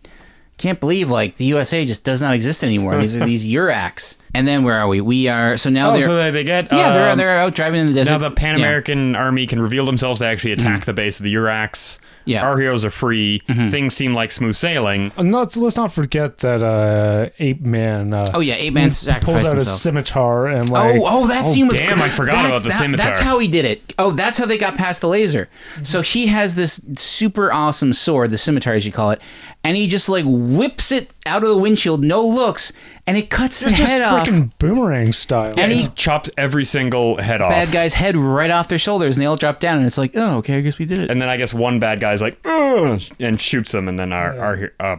can't believe like the USA just does not exist anymore. These are these Uracs. And then where are we? We are so now
Oh,
they're
so they, they get
yeah they're
um,
they're out driving in the desert.
Now the Pan
Yeah. Mm-hmm.
American Army can reveal themselves. They actually attack the base of the Uracs.
Yeah. Mm-hmm.
Our heroes are free. Things seem like smooth sailing.
And let's let's not forget that uh, Ape Man. Uh,
Oh yeah, Ape Man
pulls
Mm,
sacrificed
out
himself.
his scimitar and like.
Oh, oh, that
Oh,
scene was.
damn, I forgot about
That's-
the
that-
scimitar. Mm-hmm.
That's how he did it. Oh, that's how they got past the laser. So he has this super awesome sword, the scimitar as you call it, and he just like whips it out of the windshield, no looks, and it cuts the
It's just
head off.
freaking boomerang style.
And he-
It chops every single head off.
bad guy's head right off their shoulders and they all drop down and it's like oh okay i guess we did it
And then I guess one bad guy's like, "Ugh," and shoots him, and then our our he- uh,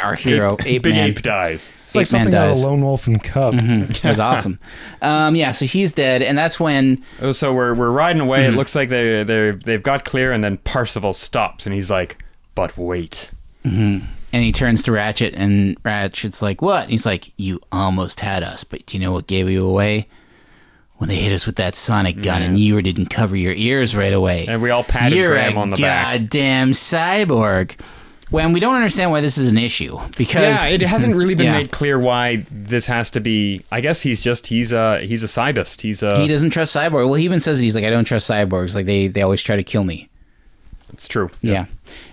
our hero
ape-
ape,
big
man
ape dies.
it's like
Ape Man Mm-hmm.
something out of
dies.
Lone Wolf and Cub.
it was awesome um, yeah so he's dead and that's when
Oh, So we're we're riding away.
Mm-hmm.
It looks like they they they've got clear, and then Parseval stops, and he's like, "But wait."
and he turns to ratchet and ratchet's like what and he's like you almost had us but do you know what gave you away when they hit us with that sonic gun and you didn't cover your ears right away
And we all patted
You're
Graham
a
on the back.
goddamn cyborg when we don't understand why this is an issue because
Yeah, it hasn't really been
Yeah.
made clear why this has to be. I guess he's just he's a he's a cybist. He's a.
he doesn't trust cyborg well he even says it he's like i don't trust cyborgs like they, they always try to kill me
it's true.
Yeah.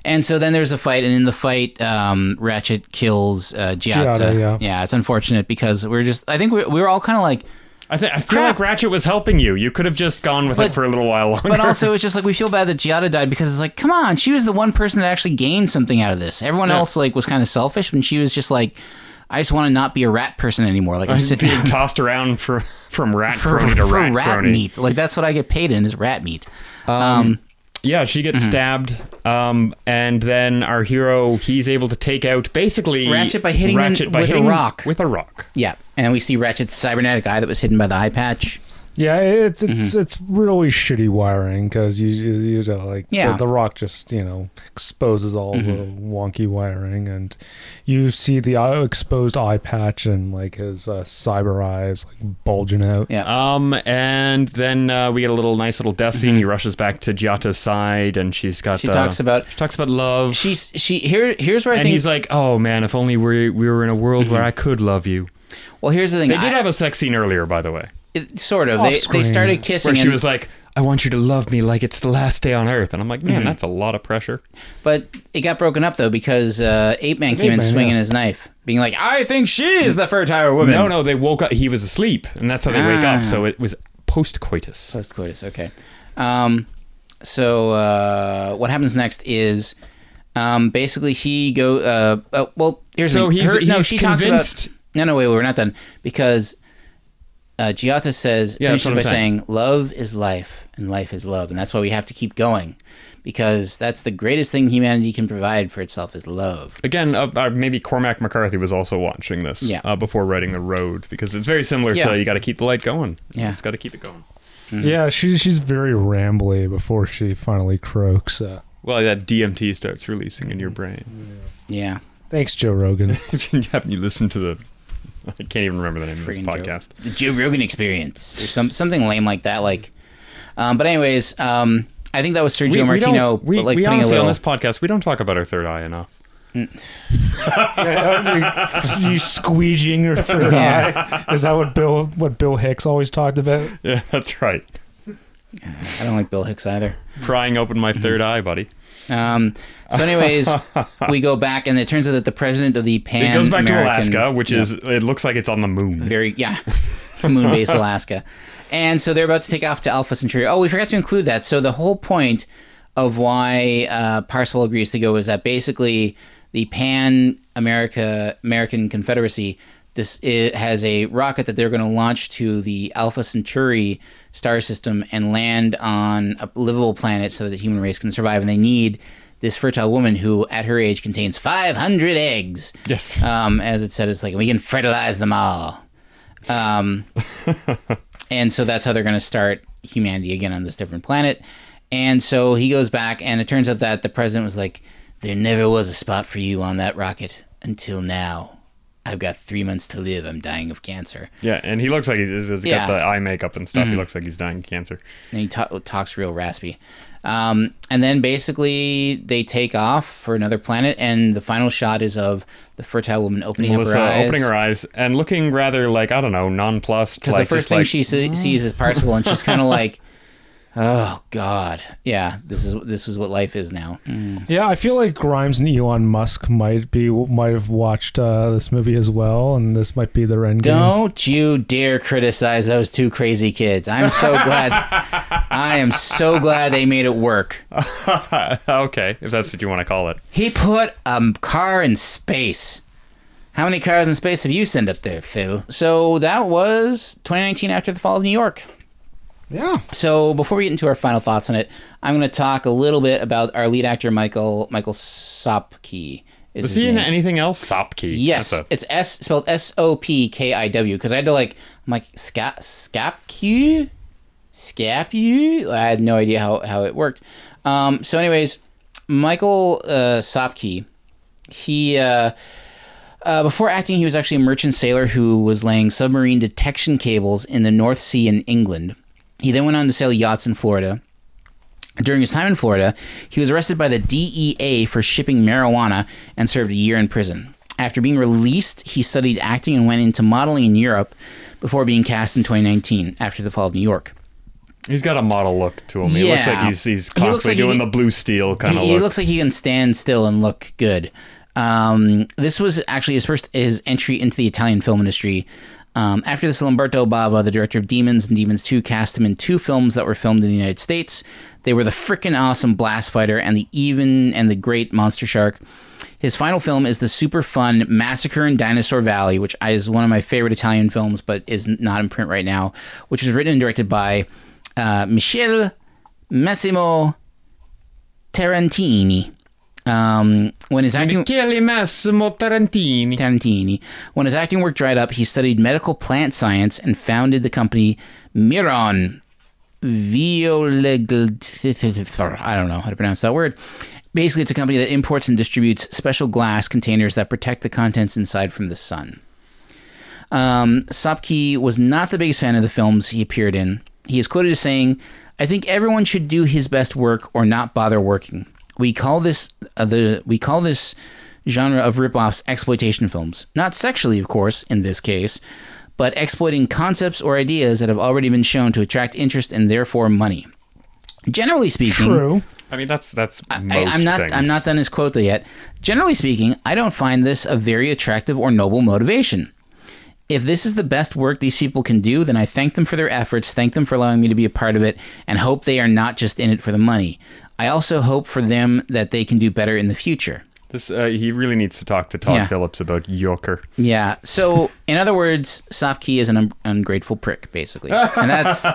And so then there's a fight, and in the fight, um, Ratchet kills uh, Giata.
Giata, yeah.
it's unfortunate because we're just, I think we're, we're all kind of like,
I, th- I feel like Ratchet was helping you. You could have just gone with it
But-
for a little while longer.
but also it's just like we feel bad that Giata died because it's like, come on, she was the one person that actually gained something out of this. Everyone else, like, was kind of selfish, and she was just like, I just want to not be a rat person anymore. Like, I'm sitting
being tossed around for, from rat
for,
crony to
for
rat,
rat,
crony.
meat. Like, that's what I get paid in is rat meat. um
Yeah, she gets stabbed, um, and then our hero he's able to take out basically
Ratchet by hitting them
Ratchet by
with a
hitting
rock.
with a rock.
yeah. And we see Ratchet's cybernetic eye that was hidden by the eye patch.
Yeah, it's it's
Mm-hmm.
it's really shitty wiring because you, you you know like
Yeah. Mm-hmm.
the, the rock just you know exposes all the wonky wiring and you see the eye, exposed eye patch and like his uh, cyber eyes like bulging out.
Yeah.
Um, and then uh, we get a little nice little death scene. He rushes back to Giata's side, and she's got
She
uh,
talks about-
she talks about love.
She's she here. Here's where I
and
think.
he's like, "Oh man, if only we we were in a world where I could love you."
well, here's the thing.
They did
I-
have a sex scene earlier, by the way,
it- sort of. They, they
Off-screen,
started kissing.
where she
and-
was like, "I want you to love me like it's the last day on earth," and I'm like, "Man, that's a lot of pressure."
But it got broken up though because uh, Ape Man came in
Man,
swinging
yeah.
his knife, being like, "I think she is the fertile woman."
No, no, they woke up. He was asleep, and that's how they wake
Ah. Uh,
up. So it was post coitus.
Post coitus. Okay. Um, so uh, what happens next is um, basically he go. Uh, uh, well, here's the
So
thing.
he's-
Her- no.
he's
She talks
convinced-
about. No, no, wait, wait, we're not done because uh, Giata says
Yeah, that's
finishes
what
by
I'm saying.
saying, "Love is life, and life is love, and that's why we have to keep going, because that's the greatest thing humanity can provide for itself is love."
Again, uh, uh, maybe Cormac McCarthy was also watching this
Yeah.
uh, before writing The Road because it's very similar
Yeah.
to you got to keep the light going.
Yeah.
You just got to keep it going.
Yeah, she, she's very rambly before she finally croaks. Uh,
Well, that DMT starts releasing in your brain.
Yeah,
thanks, Joe Rogan.
Haven't you listened to the. I can't even remember the name
Friggin'
of this
Joe,
podcast.
the Joe Rogan Experience, or some something lame like that. Like, um, but anyways, um, I think that was Sergio
we don't-
Martino,
we,
but like
we
putting a
honestly
little.
on this podcast, we don't talk about our third eye enough.
you squeegeeing her third eye. Is that what Bill what Bill Hicks always talked about?
Yeah, that's right.
I don't like Bill Hicks either.
Prying open my third
Mm-hmm.
eye, buddy.
Um, so, anyways, we go back, and it turns out that the president of the Pan
It goes back to
American-
Alaska, which
Yeah.
is it looks like it's on the moon.
Very yeah, moon base Alaska, and so they're about to take off to Alpha Centauri. Oh, we forgot to include that. So the whole point of why uh, Parzival agrees to go is that basically the Pan America American Confederacy this it has a rocket that they're going to launch to the Alpha Centauri star system and land on a livable planet so that the human race can survive, and they need. This fertile woman, who at her age contains 500 eggs,
Yes.
um, as it said, it's like we can fertilize them all. Um, and so that's how they're going to start humanity again on this different planet. And so he goes back, and it turns out that the president was like, There never was a spot for you on that rocket until now. I've got three months to live. I'm dying of cancer.
Yeah, and he looks like he's, he's
Yeah. Mm-hmm.
got the eye makeup and stuff. He looks like he's dying of cancer.
and he ta- talks real raspy. Um, and then basically they take off for another planet, and the final shot is of the fertile woman opening
Melissa
up her eyes.
opening her eyes and looking rather like I don't know nonplussed.
because
like,
the first
just
thing
like,
she se- sees is Parzival, and she's kind of like, "Oh God, yeah, this is this is what life is now."
Mm-hmm.
Yeah, I feel like Grimes and Elon Musk might be might have watched uh, this movie as well, and this might be their end game.
Don't you dare criticize those two crazy kids. I'm so glad. I am so glad they made it work.
okay, if that's what you want to call it.
He put a car in space. How many cars in space have you sent up there, Phil? So that was 2019 after the fall of New York.
Yeah,
So before we get into our final thoughts on it, I'm going to talk a little bit about our lead actor Michael Michael Sopke. Is
Is
his
he in
name.
anything else? Sopkey.
Yes,
That's a-
it's S spelled S O P K I W because I had to like I'm like sca- scapq scapq. I had no idea how how it worked. Um, so, anyways, Michael uh, Sopke, he. Uh, uh, before acting, he was actually a merchant sailor who was laying submarine detection cables in the North Sea in England. He then went on to sail yachts in Florida. During his time in Florida, he was arrested by the DEA for shipping marijuana and served a year in prison. After being released, he studied acting and went into modeling in Europe before being cast in 2019 after the fall of New York.
he's got a model look to him. He looks
Yeah.
like he's he's
He looks
constantly
like he
doing
can-
the blue steel kind of
He, he
look.
looks like he can stand still and look good. Um, this was actually his first his entry into the Italian film industry. Um, after this, Lamberto Bava, the director of Demons and Demons 2, cast him in two films that were filmed in the United States. They were the frickin' awesome Blast Fighter and the Even and the Great Monster Shark. His final film is the super fun Massacre in Dinosaur Valley, which is one of my favorite Italian films, but is not in print right now, which was written and directed by uh, Michele Massimo Tarantini. Um, when his acting
Kelly Massimo Tarantini.
Tarantini, when his acting work dried up, he studied medical plant science and founded the company Miron Violeg. I don't know how to pronounce that word. Basically, it's a company that imports and distributes special glass containers that protect the contents inside from the sun. Um, Sopke was not the biggest fan of the films he appeared in. He is quoted as saying, "I think everyone should do his best work or not bother working. We call this uh, the we call this genre of ripoffs exploitation films. Not sexually, of course, in this case, but exploiting concepts or ideas that have already been shown to attract interest and therefore money. Generally speaking,
true.
I mean, that's that's most
I, I'm not.
things.
I'm not done his quote though yet. Generally speaking, I don't find this a very attractive or noble motivation. If this is the best work these people can do, then I thank them for their efforts, thank them for allowing me to be a part of it, and hope they are not just in it for the money. I also hope for them that they can do better in the future.
This uh, he really needs to talk to Todd
Yeah.
Phillips about Yoker.
Yeah. So, in other words, Sopke is an un- ungrateful prick, basically, and that's all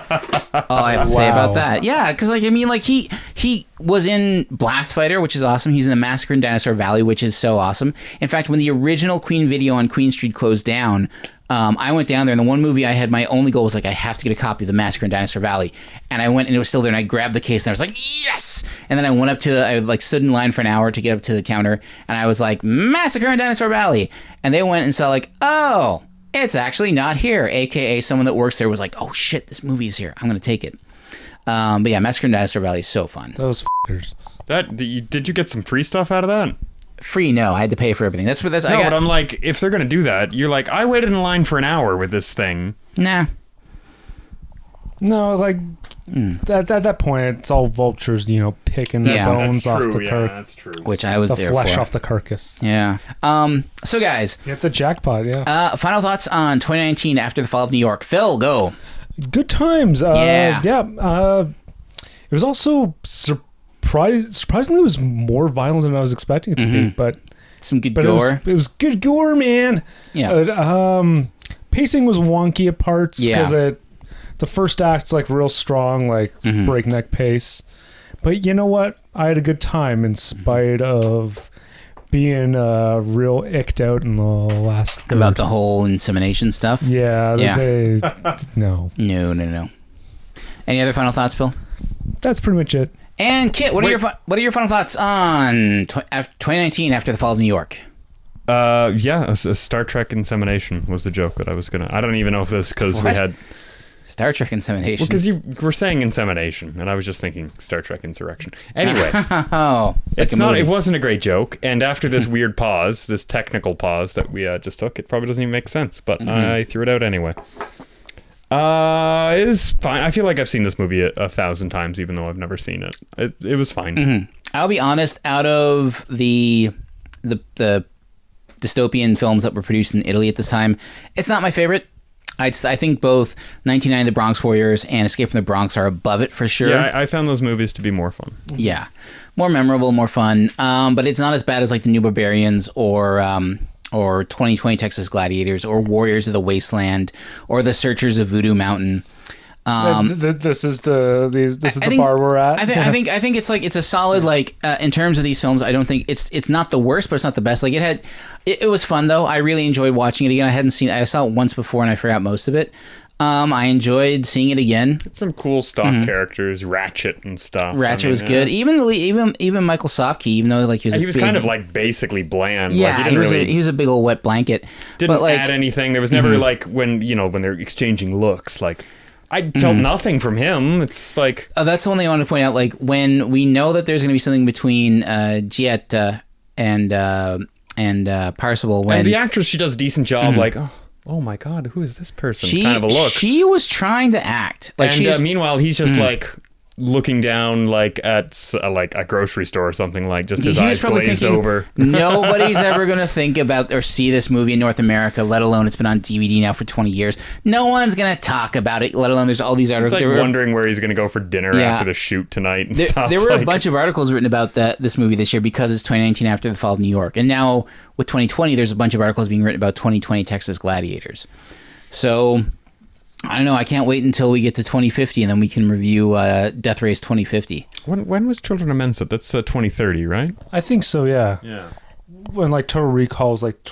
I have to say
Wow.
about that. Yeah, because like I mean, like he he was in Blast Fighter, which is awesome. He's in the Massacre in Dinosaur Valley, which is so awesome. In fact, when the original Queen video on Queen Street closed down. Um, I went down there, and the one movie I had, my only goal was like, I have to get a copy of The Massacre in Dinosaur Valley. And I went, and it was still there, and I grabbed the case, and I was like, yes! And then I went up to, the, I like stood in line for an hour to get up to the counter, and I was like, Massacre in Dinosaur Valley. And they went and saw like, oh, it's actually not here. AKA someone that works there was like, oh shit, this movie's here. I'm gonna take it. Um, but yeah, Massacre in Dinosaur Valley is so fun.
Those fuckers.
That did you, did you get some free stuff out of that?
Free? No, I had to pay for everything. That's what that's.
No,
I
but
got,
um,
I'm like, if they're gonna do that, you're like, I waited in line for an hour with this thing.
nah.
No, like at, at that point, it's all vultures, you know, picking their
Hmm. Yeah.
bones off the carcass,
that's true.
Which I was
the
there
flesh
for.
off the carcass.
yeah. Um. So guys,
You have the jackpot, yeah.
uh, final thoughts on 2019 after the fall of New York. Phil, go.
good times. Uh,
Yeah.
yeah. uh, it was also surprise. Surprisingly, it was more violent than I was expecting it to
Mm-hmm.
be. But
Some good
but it
gore.
was, it was good gore, man.
Yeah.
Uh, um, pacing was wonky at parts
Yeah.
because it the first act's like real strong, like
Mm-hmm.
breakneck pace. But you know what? I had a good time in spite of being uh, real icked out in the last third.
About the whole insemination stuff.
yeah
Yeah.
They, no
No, no, no. Any other final thoughts, Phil?
that's pretty much it.
And Kit, what are
Wait.
your fi- what are your final thoughts on tw- af- 2019 after the fall of New York?
Uh, yeah, a, s- a Star Trek insemination was the joke that I was gonna. I don't even know if this because we
What?
had
Star Trek insemination.
well because you were saying insemination and I was just thinking Star Trek Insurrection. Anyway,
oh, like
it's
a
not.
movie.
It wasn't a great joke. And after this weird pause, this technical pause that we uh, just took, it probably doesn't even make sense. But
Mm-hmm.
I threw it out anyway. Uh, it is fine. I feel like I've seen this movie a, a thousand times, even though I've never seen it. It, it was fine.
I'll be honest. Out of the the the dystopian films that were produced in Italy at this time, it's not my favorite. I'd, s- I think both 1990 The Bronx Warriors and Escape from the Bronx are above it for sure.
Yeah, I, I found those movies to be more fun.
Yeah. more memorable, more fun. Um, but it's not as bad as like the New Barbarians or um, or 2020 Texas Gladiators or Warriors of the Wasteland or The Searchers of Voodoo Mountain. Um,
Th- th- this is the these, this is
I
the
think-
bar we're at.
I think, I think I think it's like it's a solid like uh, in terms of these films. I don't think it's it's not the worst, but it's not the best. Like it had, it, it was fun though. I really enjoyed watching it again. I hadn't seen I saw it once before and I forgot most of it. Um, I enjoyed seeing it again.
Some cool stock characters, Ratchet and stuff. I
Mm-hmm. Ratchet
mean,
was good.
uh,
Even the, le- even even Michael Sopke, even though like he was a
he was
big-
kind of like basically bland.
yeah
like, he
he,
didn't
was
really
a, he was a big old wet blanket.
didn't
but like Mm-hmm.
add anything. There was never like when you know when they're exchanging looks. Like I
Mm-hmm.
felt nothing from him. It's like uh,
oh, that's the one thing I want to point out. Like when we know that there's going to be something between uh, Gietta and uh, and uh, Parsible when
and the actress she does a decent job. Like oh, oh my god, who is this person?
she
kind of a look.
she was trying to act like
and
she's Mm.
uh, meanwhile, he's just like looking down like at s- uh, like a grocery store or something. Like just his
he was
eyes
probably
glazed
thinking,
over.
Nobody's ever going to think about or see this movie in North America, let alone it's been on DVD now for 20 years. No one's going to talk about it, let alone there's all these
It's
articles.
like
there were,
wondering where he's gonna go for dinner
Yeah.
after the shoot tonight and
there,
stuff.
there were a
like-
bunch of articles written about that this movie this year because it's 2019 after the fall of New York. And now with 2020, there's a bunch of articles being written about 2020 Texas Gladiators. So. I don't know. I can't wait until we get to 2050, and then we can review uh, Death Race 2050.
When, when was Children of Mensa? That's uh, 2030, right?
I think so. Yeah.
Yeah.
When like Total Recall is like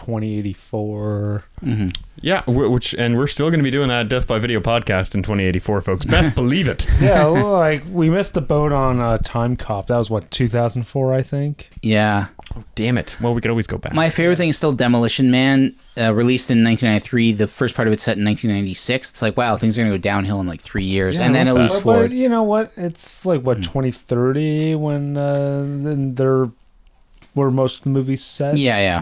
2084.
Yeah, wh- which and we're still going to be doing that Death by Video podcast in 2084, folks. Best believe it.
Yeah, well, like we missed the boat on uh, Time Cop. That was what 2004, I think.
Yeah,
Oh, Damn it. Well, we could always go back.
My favorite thing is still Demolition Man, uh, released in 1993. The first part of it set in 1996. It's like, wow, things are going to go downhill in like three years,
Yeah,
and
I
then it Hmm.
love
leaps
But, but
forward.
you know what? It's like what 2030 when uh, then there were most of the movies set.
Yeah, yeah.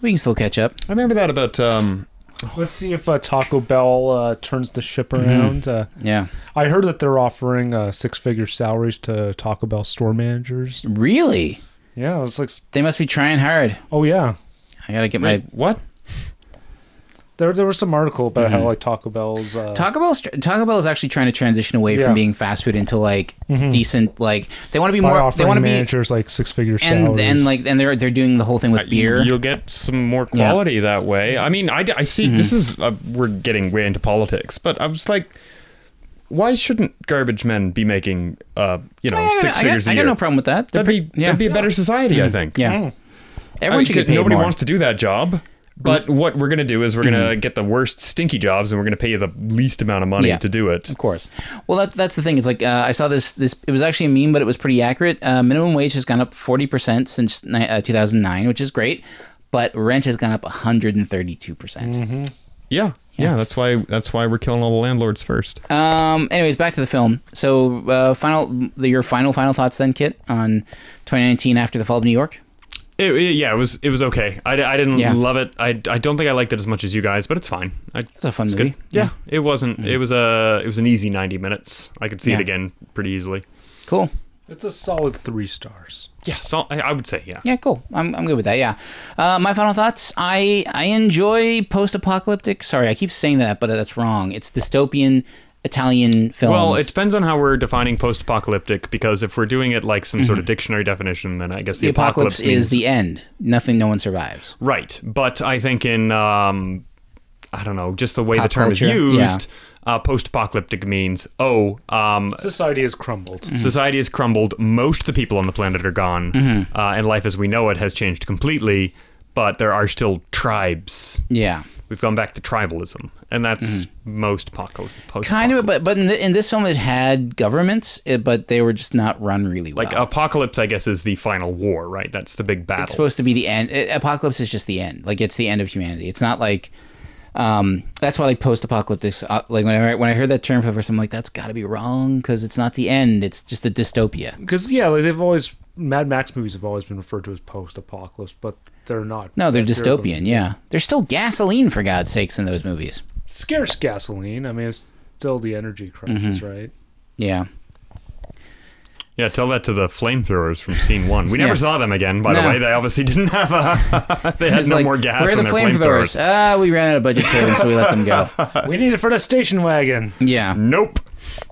We can still catch up.
I remember that about um
Let's see if uh, Taco Bell uh, turns the
Hmm.
ship around. Uh,
Yeah.
I heard that they're offering uh, six-figure salaries to Taco Bell store managers.
Really?
Yeah, it's like,
They must be trying hard.
oh yeah,
I gotta get
wait,
my
what?
There, there was some article about
Hmm.
how like Taco Bell's uh,
Taco Bell's Taco Bell is actually trying to transition away
Yeah.
from being fast food into like
Mm-hmm.
decent like they want to be
by
more they
offering
want to be
managers like six figure
and
salaries.
and like and they're they're doing the whole thing
Uh,
with beer.
You'll get some more quality that way. I mean, I, d- I see
Mm-hmm.
this is uh, we're getting way into politics, but I was like, why shouldn't garbage men be making uh you know
Yeah, I got-
six
I got,
figures
I
a
got
year?
no problem with that. They're
that'd be
pre- yeah. Mm-hmm.
that'd be a Mm. better society, I think.
yeah.
I
Everyone
mean,
should get paid
nobody
more. Mm-hmm.
wants to do that job. But what we're gonna do is we're gonna get the worst stinky jobs, and we're gonna pay you the least amount of money
Yeah.
to do it.
Of course. Well, that, that's the thing. It's like uh, I saw this. This it was actually a meme, but it was pretty accurate. Uh, minimum wage has gone up forty percent since ni- uh, two thousand nine, which is great. But rent has gone up one hundred and thirty-two percent.
Yeah, yeah. That's why that's why we're killing all the landlords first.
Um. Anyways, back to the film. So, uh, final the, your final final thoughts then, Kit, on 2019 after the fall of New York.
It, it- yeah, it was it was okay. I, I didn't
Yeah.
love it. I, I don't think I liked it as much as you guys, but it's fine. I, it
was a fun movie.
Yeah, it wasn't. It was a it was an easy ninety minutes. I could see
Yeah.
it again pretty easily.
Cool.
it's a solid three stars.
Yeah, so I, I would say yeah.
Yeah, cool. I'm, I'm good with that. Yeah. Uh, my final thoughts. I I enjoy post-apocalyptic. Sorry, I keep saying that, but that's wrong. It's dystopian Italian films.
Well, it depends on how we're defining post-apocalyptic because if we're doing it like some sort of dictionary definition, then I guess the,
Mm-hmm. the apocalypse,
means-
is the end. Nothing, no one survives.
Right, but I think in um, I don't know, just the way
Pop
the term
culture,
is
yeah.
used, uh, post-apocalyptic means oh, um,
Society has crumbled.
Mm.
Mm-hmm. society has crumbled. Most of the people on the planet are gone, uh, and life as we know it has changed completely. But there are still tribes.
Yeah.
We've gone back to tribalism, and that's most poco- post
Kind of, but but in, the, in this film, it had governments, it, but they were just not run really well.
like apocalypse. I guess is the final war, right? That's the big battle.
uh, it's supposed to be the end. Uh, apocalypse is just the end. Like it's the end of humanity. It's not like. Um, that's why like post-apocalyptic, uh, like when I when I heard that term for the first, time, I'm like, that's got to be wrong because it's not the end. It's just the dystopia.
Because yeah, like they've always Mad Max movies have always been referred to as post-apocalypse, but they're not.
No, they're
Like,
dystopian. Yeah, there's still gasoline for God's sakes in those movies.
scarce gasoline. I mean, it's still the energy crisis,
Mm-hmm.
right?
Yeah.
yeah, tell that to the flamethrowers from scene one. We never
Yeah.
saw them again, by the
No.
way. They obviously didn't have a. they had
It's
no
like,
more gas.
Where are the
in their flamethrowers?
flamethrowers? Ah, we ran out of budget savings, so we let them go.
We need it for the station wagon.
Yeah.
Nope.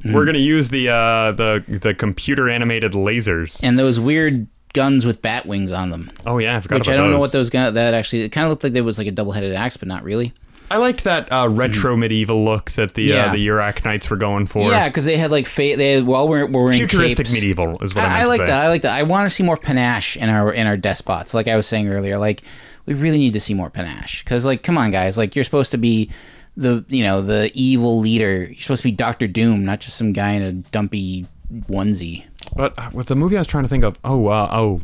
We're gonna use the uh, the the computer animated lasers.
and those weird guns with bat wings on them.
Oh yeah, I forgot
Which
about
I don't know
those.
what those guns that actually. It kind of looked like there was like a double headed axe, but not really.
I liked that uh, retro medieval look that the
Mm-hmm. Yeah.
uh, the Urak Knights were going for.
yeah, because they had like fa- they had, while we're, we're wearing
futuristic
capes-
medieval is what I,
I, I
meant
like
to say.
that. I like that. I want to see more panache in our in our despots. Like I was saying earlier, like we really need to see more panache because like come on guys, like you're supposed to be the you know the evil leader. You're supposed to be Doctor Doom, not just some guy in a dumpy onesie.
But uh, with the movie, I was trying to think of oh uh, oh,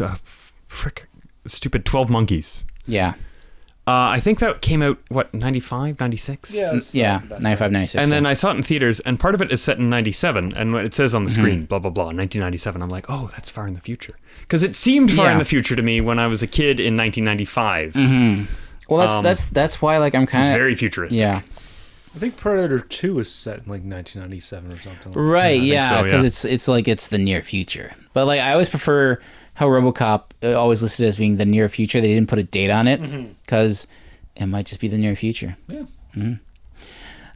uh, frick, stupid Twelve Monkeys.
Yeah,
Uh, I think that came out what 95, 96?
yeah, 95, 96.
And
yeah.
then I saw it in theaters, and part of it is set in '97, and when it says on the
Mm-hmm.
screen, blah blah blah, 1997. I'm like, oh, that's far in the future, because it seemed far in
Yeah.
the future to me when I was a kid in 1995.
well,
um,
that's that's that's why like I'm
It's
kind of
very futuristic.
yeah.
I think Predator Two is set in like 1997 or something. Like
Right, yeah,
so,
because
yeah.
it's it's like it's the near future. But like I always prefer how RoboCop uh, always listed as being the near future. They didn't put a date on it because it might just be the near future. Mm-hmm. Yeah.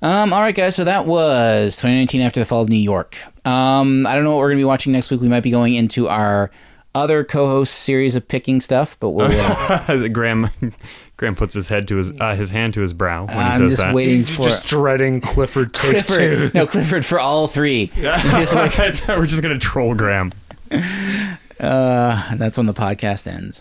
Um, all right, guys. So that was 2019 after the fall of New York. Um, I don't know what we're gonna be watching next week. We might be going into our other co-host series of picking stuff, but we'll. Uh,
Graham, Graham puts his head to his uh, his hand to his brow when he
I'm
says
just
that.
waiting
You're
for
just dreading Clifford Take
Clifford.
Two.
No, Clifford for all three. Just like-
We're just gonna troll Graham.
Uh, that's when the podcast ends.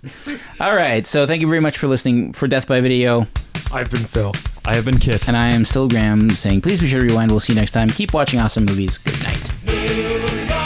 All right. So thank you very much for listening for Death by Video.
I've been Phil.
I have been Kit.
And I am still Graham saying, please be sure to rewind. We'll see you next time. Keep watching awesome movies. Good night.
New York,